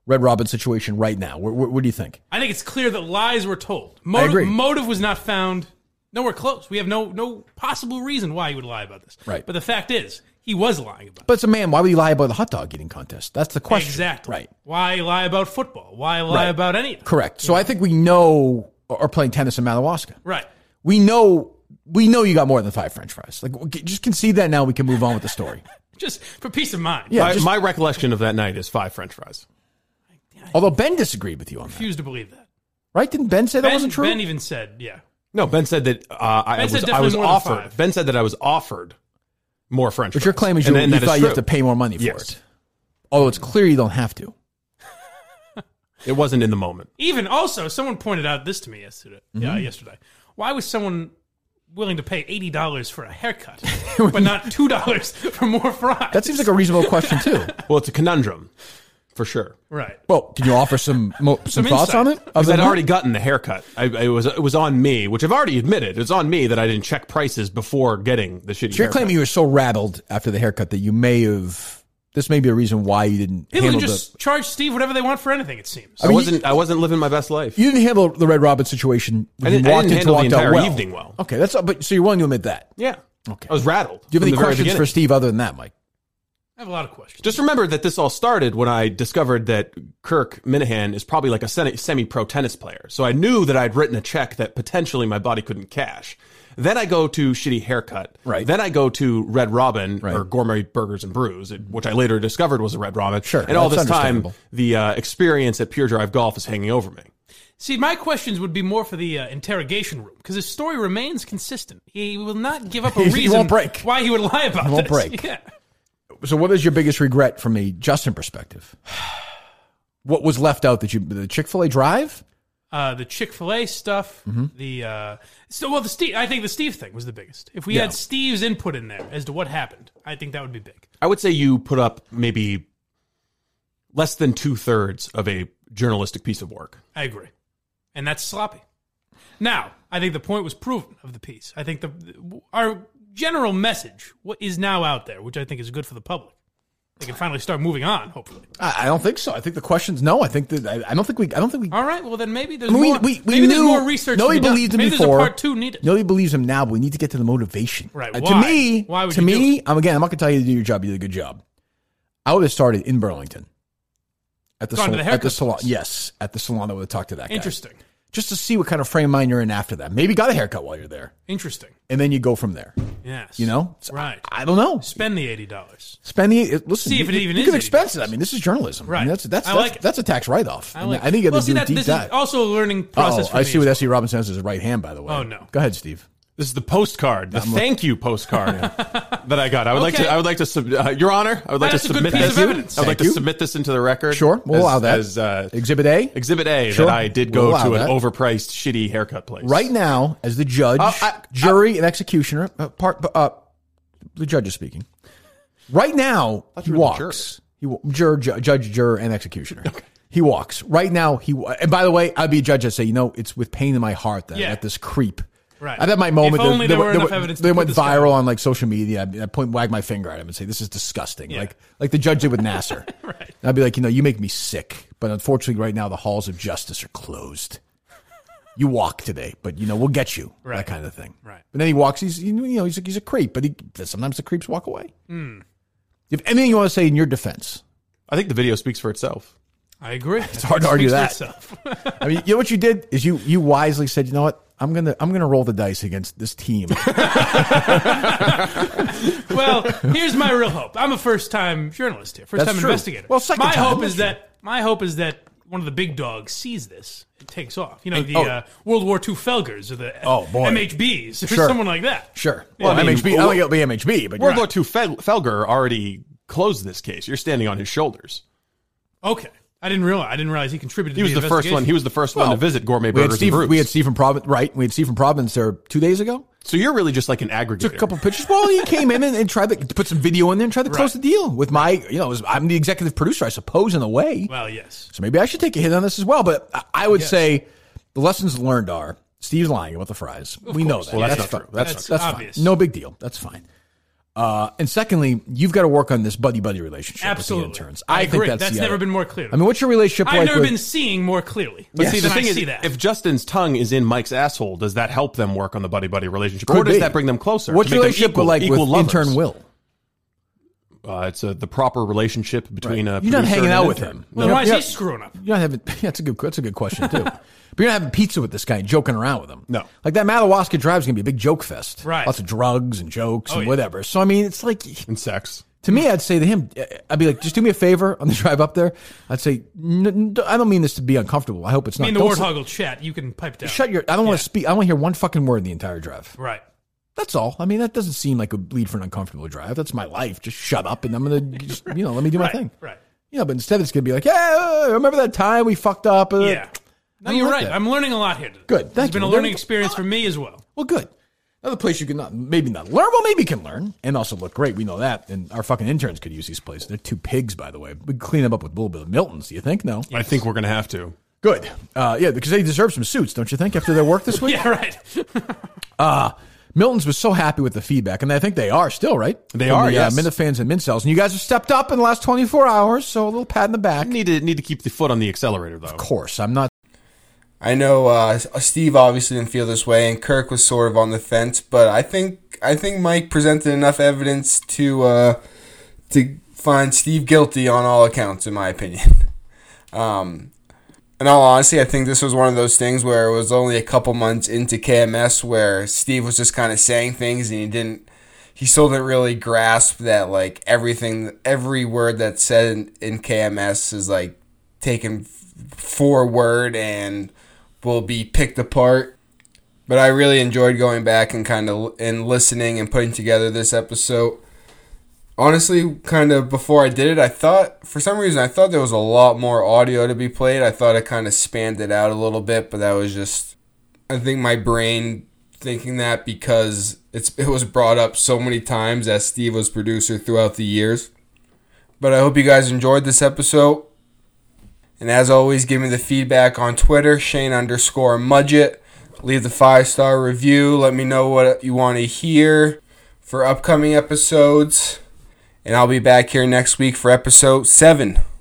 Speaker 2: Red Robin situation right now? Where, where, what do you think?
Speaker 4: I think it's clear that lies were told. Motive,
Speaker 2: agree.
Speaker 4: motive was not found. Nowhere close. We have no no possible reason why he would lie about this.
Speaker 2: Right.
Speaker 4: But the fact is, he was lying about
Speaker 2: But it's a man. Why would he lie about the hot dog eating contest? That's the
Speaker 4: it.
Speaker 2: question.
Speaker 4: Exactly.
Speaker 2: Right.
Speaker 4: Why lie about football? Why lie
Speaker 2: Right.
Speaker 4: about anything?
Speaker 2: Correct. So I think we know are playing tennis in Madawaska.
Speaker 4: Right.
Speaker 2: We know we know you got more than five French fries. Like g- just concede that now. We can move on with the story.
Speaker 4: Just for peace of mind.
Speaker 2: Yeah.
Speaker 3: my,
Speaker 2: just-
Speaker 3: my recollection of that night is five French fries.
Speaker 2: Although Ben disagreed with you on
Speaker 4: I
Speaker 2: that,
Speaker 4: refuse to believe that.
Speaker 2: right? Didn't Ben say that
Speaker 4: ben,
Speaker 2: wasn't true?
Speaker 4: Ben even said, yeah.
Speaker 3: No, Ben said that uh, I,
Speaker 4: Ben
Speaker 3: was,
Speaker 4: said
Speaker 3: I
Speaker 4: definitely
Speaker 3: was
Speaker 4: more than
Speaker 3: offered.
Speaker 4: five.
Speaker 3: Ben said that I was offered more French.
Speaker 2: But your
Speaker 3: fries.
Speaker 2: claim is
Speaker 3: And
Speaker 2: you,
Speaker 3: then
Speaker 2: you
Speaker 3: that is
Speaker 2: thought you have to
Speaker 3: true.
Speaker 2: pay more money for
Speaker 3: Yes.
Speaker 2: it. Although it's clear you don't have to.
Speaker 3: It wasn't in the moment.
Speaker 4: Even also, someone pointed out this to me yesterday. Yeah,
Speaker 2: Mm-hmm.
Speaker 4: yesterday. Why was someone willing to pay eighty dollars for a haircut, but not two dollars for more fries?
Speaker 2: That seems like a reasonable question too.
Speaker 3: Well, it's a conundrum, for sure.
Speaker 4: right.
Speaker 2: Well, can you offer some mo- some, thoughts
Speaker 4: insight.
Speaker 2: on it?
Speaker 3: Because
Speaker 2: Other
Speaker 3: I'd
Speaker 2: than
Speaker 3: already gotten the haircut. I, it was it was on me, which I've already admitted. It's on me that I didn't check prices before getting the shitty.
Speaker 2: that? So you're
Speaker 3: haircut.
Speaker 2: claiming you were so rattled after the haircut that you may have. This may be a reason why you didn't
Speaker 4: People
Speaker 2: handle
Speaker 4: can just charge Steve whatever they want for anything. It seems.
Speaker 3: I,
Speaker 2: mean,
Speaker 3: wasn't I wasn't living my best life.
Speaker 2: the. You didn't handle the Red Robin situation.
Speaker 3: I
Speaker 2: When
Speaker 3: didn't,
Speaker 2: you
Speaker 3: I
Speaker 2: walked
Speaker 3: didn't
Speaker 2: into
Speaker 3: handle the
Speaker 2: locked out
Speaker 3: entire
Speaker 2: well.
Speaker 3: evening well.
Speaker 2: Okay, that's but so you're willing to admit that.
Speaker 3: Yeah.
Speaker 2: Okay.
Speaker 3: I was rattled.
Speaker 2: Do you have
Speaker 3: from
Speaker 2: any
Speaker 3: the very
Speaker 2: questions for
Speaker 3: beginning.
Speaker 2: Steve other than that, Mike?
Speaker 4: I have a lot of questions.
Speaker 3: Just remember that this all started when I discovered that Kirk Minahan is probably like a semi pro tennis player. So I knew that I'd written a check that potentially my body couldn't cash. Then I go to Shitty Haircut.
Speaker 2: Right.
Speaker 3: Then I go to Red Robin
Speaker 2: Right.
Speaker 3: or Gourmet Burgers and Brews, which I later discovered was a Red Robin.
Speaker 2: Sure,
Speaker 3: And all
Speaker 2: that's
Speaker 3: this time,
Speaker 2: understandable.
Speaker 3: the uh, experience at Pure Drive Golf is hanging over me.
Speaker 4: See, my questions would be more for the uh, interrogation room because his story remains consistent. He will not give up a
Speaker 2: He
Speaker 4: reason
Speaker 2: won't break.
Speaker 4: why he would lie about
Speaker 2: He won't
Speaker 4: this.
Speaker 2: break.
Speaker 4: Yeah.
Speaker 2: so what is your biggest regret from a Justin perspective? What was left out that you the Chick Fil A drive?
Speaker 4: Uh, the Chick Fil A stuff.
Speaker 2: Mhm.
Speaker 4: The uh, so well the Steve. I think the Steve thing was the biggest. If we
Speaker 3: Yeah.
Speaker 4: had Steve's input in there as to what happened, I think that would be big.
Speaker 3: I would say you put up maybe less than two thirds of a journalistic piece of work.
Speaker 4: I agree, and that's sloppy. Now, I think the point was proven of the piece. I think the our general message what is now out there, which I think is good for the public. They can finally start moving on. Hopefully.
Speaker 2: I, I don't think so. I think the question's no. I think that I, I don't think we. I don't think we.
Speaker 4: All right. Well, then maybe there's
Speaker 2: I mean,
Speaker 4: more.
Speaker 2: we, we
Speaker 4: maybe
Speaker 2: knew,
Speaker 4: there's more research. to
Speaker 2: Nobody
Speaker 4: be done.
Speaker 2: believed him
Speaker 4: maybe
Speaker 2: before.
Speaker 4: There's a part two needed.
Speaker 2: Nobody believes him now, but we need to get to the motivation.
Speaker 4: Right,
Speaker 2: Uh,
Speaker 4: why?
Speaker 2: To me,
Speaker 4: Why would
Speaker 2: to
Speaker 4: you do
Speaker 2: me, I'm again. I'm not gonna tell you to do your job. You did a good job. I would have started in Burlington at the,
Speaker 4: Gone
Speaker 2: sal-
Speaker 4: to the
Speaker 2: at the
Speaker 4: haircut
Speaker 2: salon.
Speaker 4: place.
Speaker 2: Yes, at the salon. I would have talked to that guy.
Speaker 4: Interesting.
Speaker 2: Just to see what kind of frame of mind you're in after that. Maybe got a haircut while you're there,
Speaker 4: Interesting.
Speaker 2: and then you go from there.
Speaker 4: Yes.
Speaker 2: You know,
Speaker 4: Right.
Speaker 2: I don't know.
Speaker 4: Spend the eighty dollars.
Speaker 2: Spend the it- listen.
Speaker 4: See if
Speaker 2: you,
Speaker 4: it even
Speaker 2: you
Speaker 4: is
Speaker 2: can
Speaker 4: any
Speaker 2: expense it. I mean, this is journalism. Right. I mean, that's that's
Speaker 4: I
Speaker 2: that's,
Speaker 4: like it.
Speaker 2: that's a tax write off.
Speaker 4: I like.
Speaker 2: I think you
Speaker 4: well,
Speaker 2: have to
Speaker 4: see
Speaker 2: do a
Speaker 4: that
Speaker 2: deep
Speaker 4: this
Speaker 2: dive.
Speaker 4: is also a learning process.
Speaker 2: Oh,
Speaker 4: for
Speaker 2: I
Speaker 4: me
Speaker 2: see
Speaker 4: as
Speaker 2: what
Speaker 4: well.
Speaker 2: S.E. Robinson has as his right hand, by the way.
Speaker 4: Oh, no.
Speaker 2: Go ahead, Steve.
Speaker 3: This is the postcard, the thank you postcard that I got. I would like
Speaker 4: Okay.
Speaker 3: to. I would like to. sub- Uh, Your Honor, I would like
Speaker 4: That's
Speaker 3: to
Speaker 4: a good
Speaker 3: submit
Speaker 4: piece
Speaker 3: this.
Speaker 4: of evidence.
Speaker 3: I would
Speaker 2: Thank
Speaker 3: like to
Speaker 2: you.
Speaker 3: submit this into the record.
Speaker 2: Sure, we'll
Speaker 3: as-
Speaker 2: allow that.
Speaker 3: As uh,
Speaker 2: Exhibit A.
Speaker 3: Exhibit A
Speaker 2: Sure.
Speaker 3: that I did go
Speaker 2: We'll allow
Speaker 3: to an
Speaker 2: that.
Speaker 3: overpriced, shitty haircut place.
Speaker 2: Right now, as the judge,
Speaker 3: Uh, I-
Speaker 2: jury, and executioner, uh, part, uh, the judge is speaking. Right now,
Speaker 3: thought
Speaker 2: he
Speaker 3: you were the
Speaker 2: walks. He wa- juror, ju- judge, juror, and executioner. He walks. Right now, he. wa- And by the way, I'd be a judge. I'd say, you know, it's with pain in my heart that I
Speaker 4: Yeah.
Speaker 2: got this creep.
Speaker 4: Right.
Speaker 2: I've had my moment.
Speaker 4: If
Speaker 2: that-
Speaker 4: only
Speaker 2: that
Speaker 4: there were
Speaker 2: that
Speaker 4: enough evidence to
Speaker 2: They
Speaker 4: put
Speaker 2: went
Speaker 4: this guy
Speaker 2: viral on like social media. I'd, I'd point, wag my finger at him, and say, "This is disgusting." Like, like the judge did with Nasser. right. And I'd be like, you know, you make me sick, but unfortunately, right now the halls of justice are closed. You walk today, but you know we'll get you. That
Speaker 4: Right.
Speaker 2: kind of thing.
Speaker 4: Right.
Speaker 2: But then he walks. He's you know he's a, he's a creep, but he sometimes the creeps walk away.
Speaker 4: Hmm.
Speaker 2: If anything you want to say in your defense,
Speaker 3: I think the video speaks for itself.
Speaker 4: I agree.
Speaker 2: it's hard to argue that. I mean, you know what you did is you you wisely said, you know what, I'm gonna I'm gonna roll the dice against this team.
Speaker 4: well, here's my real hope. I'm a first-time journalist here, first-time
Speaker 2: That's true.
Speaker 4: investigator.
Speaker 2: Well, second
Speaker 4: my
Speaker 2: time,
Speaker 4: hope
Speaker 2: that's
Speaker 4: is that my hope is that one of the big dogs sees this and takes off. You know,
Speaker 2: And-
Speaker 4: the
Speaker 2: oh.
Speaker 4: uh, World War II Felgers or the
Speaker 2: Oh, boy.
Speaker 4: MHBs or
Speaker 2: Sure.
Speaker 4: someone like that.
Speaker 2: sure.
Speaker 3: Yeah,
Speaker 2: Well,
Speaker 3: I mean,
Speaker 2: MHB. I don't think it'll be MHB, but
Speaker 3: World
Speaker 2: you're right.
Speaker 3: War II Fel- Felger already closed this case. You're standing on his shoulders.
Speaker 4: Okay, I didn't realize. I didn't realize he contributed.
Speaker 3: He
Speaker 4: to
Speaker 3: was the, first one. He was the first one to
Speaker 2: Well,
Speaker 3: visit Gourmet
Speaker 2: we had
Speaker 3: Burgers
Speaker 2: Steve.
Speaker 3: and Brews.
Speaker 2: We had Steve from Providence. Right. We had Steve from Providence there two days ago.
Speaker 3: so you're really just like an aggregator.
Speaker 2: Took a couple pictures. Well, he came in and, and tried to put some video in there and tried to close the deal with my. You know, it was- I'm the executive producer, I suppose, in a way.
Speaker 4: Well, yes.
Speaker 2: So maybe I should take a hit on this as well. But I, I would say the lessons learned are Steve's lying about the fries. we know that.
Speaker 3: Well, that's
Speaker 2: that's
Speaker 3: not
Speaker 2: fine.
Speaker 3: true. That's
Speaker 2: that's,
Speaker 4: not true.
Speaker 2: fine.
Speaker 4: Obvious.
Speaker 2: No big deal. That's fine. Uh, and secondly, you've got to work on this buddy buddy relationship
Speaker 4: Absolutely.
Speaker 2: with the interns.
Speaker 4: I, agree.
Speaker 2: think that's,
Speaker 4: That's,
Speaker 2: the
Speaker 4: never
Speaker 2: other-
Speaker 4: been more clear.
Speaker 2: I mean, what's your relationship
Speaker 4: I've
Speaker 2: like?
Speaker 4: never
Speaker 2: with,
Speaker 4: been seeing more clearly.
Speaker 3: But see, the
Speaker 4: than
Speaker 3: thing
Speaker 4: I
Speaker 3: is,
Speaker 4: see that.
Speaker 3: if Justin's tongue is in Mike's asshole, does that help them work on the buddy buddy relationship,
Speaker 2: Could
Speaker 3: or does
Speaker 2: be.
Speaker 3: that bring them closer?
Speaker 2: What's
Speaker 3: to
Speaker 2: your
Speaker 3: make them
Speaker 2: relationship
Speaker 3: equal,
Speaker 2: like
Speaker 3: equal
Speaker 2: with
Speaker 3: lovers?
Speaker 2: intern Will?
Speaker 3: Uh, it's a, the proper relationship between a.
Speaker 2: You're not
Speaker 3: producer
Speaker 2: hanging
Speaker 3: and an
Speaker 2: out with
Speaker 3: intern.
Speaker 2: him.
Speaker 4: well,
Speaker 2: You're-
Speaker 4: why is
Speaker 2: you're-
Speaker 4: he screwing up?
Speaker 2: You're not having. That's a good. That's a good question too. but you're not having pizza with this guy and joking around with him.
Speaker 3: No.
Speaker 2: like that Madawaska Drive is gonna be a big joke fest.
Speaker 4: Right.
Speaker 2: lots of drugs and jokes
Speaker 4: Oh,
Speaker 2: and
Speaker 4: yeah.
Speaker 2: whatever. So I mean, it's like
Speaker 3: and sex.
Speaker 2: to me, I'd say to him, uh, I'd be like, just do me a favor on the drive up there. I'd say, "N- n- I don't mean this to be uncomfortable. I hope it's
Speaker 4: I
Speaker 2: not.
Speaker 4: mean, the
Speaker 2: Don't
Speaker 4: warthog will chat. You can pipe down.
Speaker 2: Shut your. I don't want to speak. I don't want to hear one fucking word in the entire drive.
Speaker 4: Right.
Speaker 2: That's all. I mean, that doesn't seem like a lead for an uncomfortable drive. That's my life. Just shut up and I'm gonna, just, you know, let me do my
Speaker 4: Right.
Speaker 2: thing.
Speaker 4: Right.
Speaker 2: You know, but instead it's gonna be like, yeah, remember that time we fucked up? Uh,
Speaker 4: Yeah. No,
Speaker 2: don't
Speaker 4: you're
Speaker 2: like
Speaker 4: right.
Speaker 2: that.
Speaker 4: I'm learning a lot here. Today.
Speaker 2: Good. Thank
Speaker 4: it's been
Speaker 2: you.
Speaker 4: a
Speaker 2: There we
Speaker 4: learning
Speaker 2: go.
Speaker 4: experience for me as well.
Speaker 2: Well, good. Another place you can not, maybe not learn. Well, maybe you can learn and also look great. We know that. And our fucking interns could use these places. They're two pigs, by the way. We clean them up with a little bit of Milton's. Do you think? No.
Speaker 3: I think we're gonna have to.
Speaker 2: Good. Uh, yeah, because they deserve some suits, don't you think, after their work this week?
Speaker 4: Yeah. Right.
Speaker 2: Milton's was so happy with the feedback, and I think they are still, right?
Speaker 3: They
Speaker 2: From
Speaker 3: are,
Speaker 2: the,
Speaker 3: yes.
Speaker 2: Uh, Minifans and Mincels. And you guys have stepped up in the last 24 hours, so a little pat in the back.
Speaker 3: Need to need to keep the foot on the accelerator though.
Speaker 2: Of course. I'm not
Speaker 1: I know uh, Steve obviously didn't feel this way, and Kirk was sort of on the fence, but I think I think Mike presented enough evidence to uh, to find Steve guilty on all accounts, in my opinion. Um, in all honesty, I think this was one of those things where it was only a couple months into KMS where Steve was just kind of saying things, and he didn't he still didn't really grasp that like everything every word that's said in, in KMS is like taken forward and will be picked apart. But I really enjoyed going back and kind of and listening and putting together this episode. honestly, kind of before I did it, I thought for some reason I thought there was a lot more audio to be played. I thought I kind of spanned it out a little bit, but that was just I think my brain thinking that because it's it was brought up so many times as Steve was producer throughout the years. But I hope you guys enjoyed this episode. And as always, give me the feedback on Twitter, Shane underscore Mudget. Leave the five star review. Let me know what you want to hear for upcoming episodes. And I'll be back here next week for episode seven.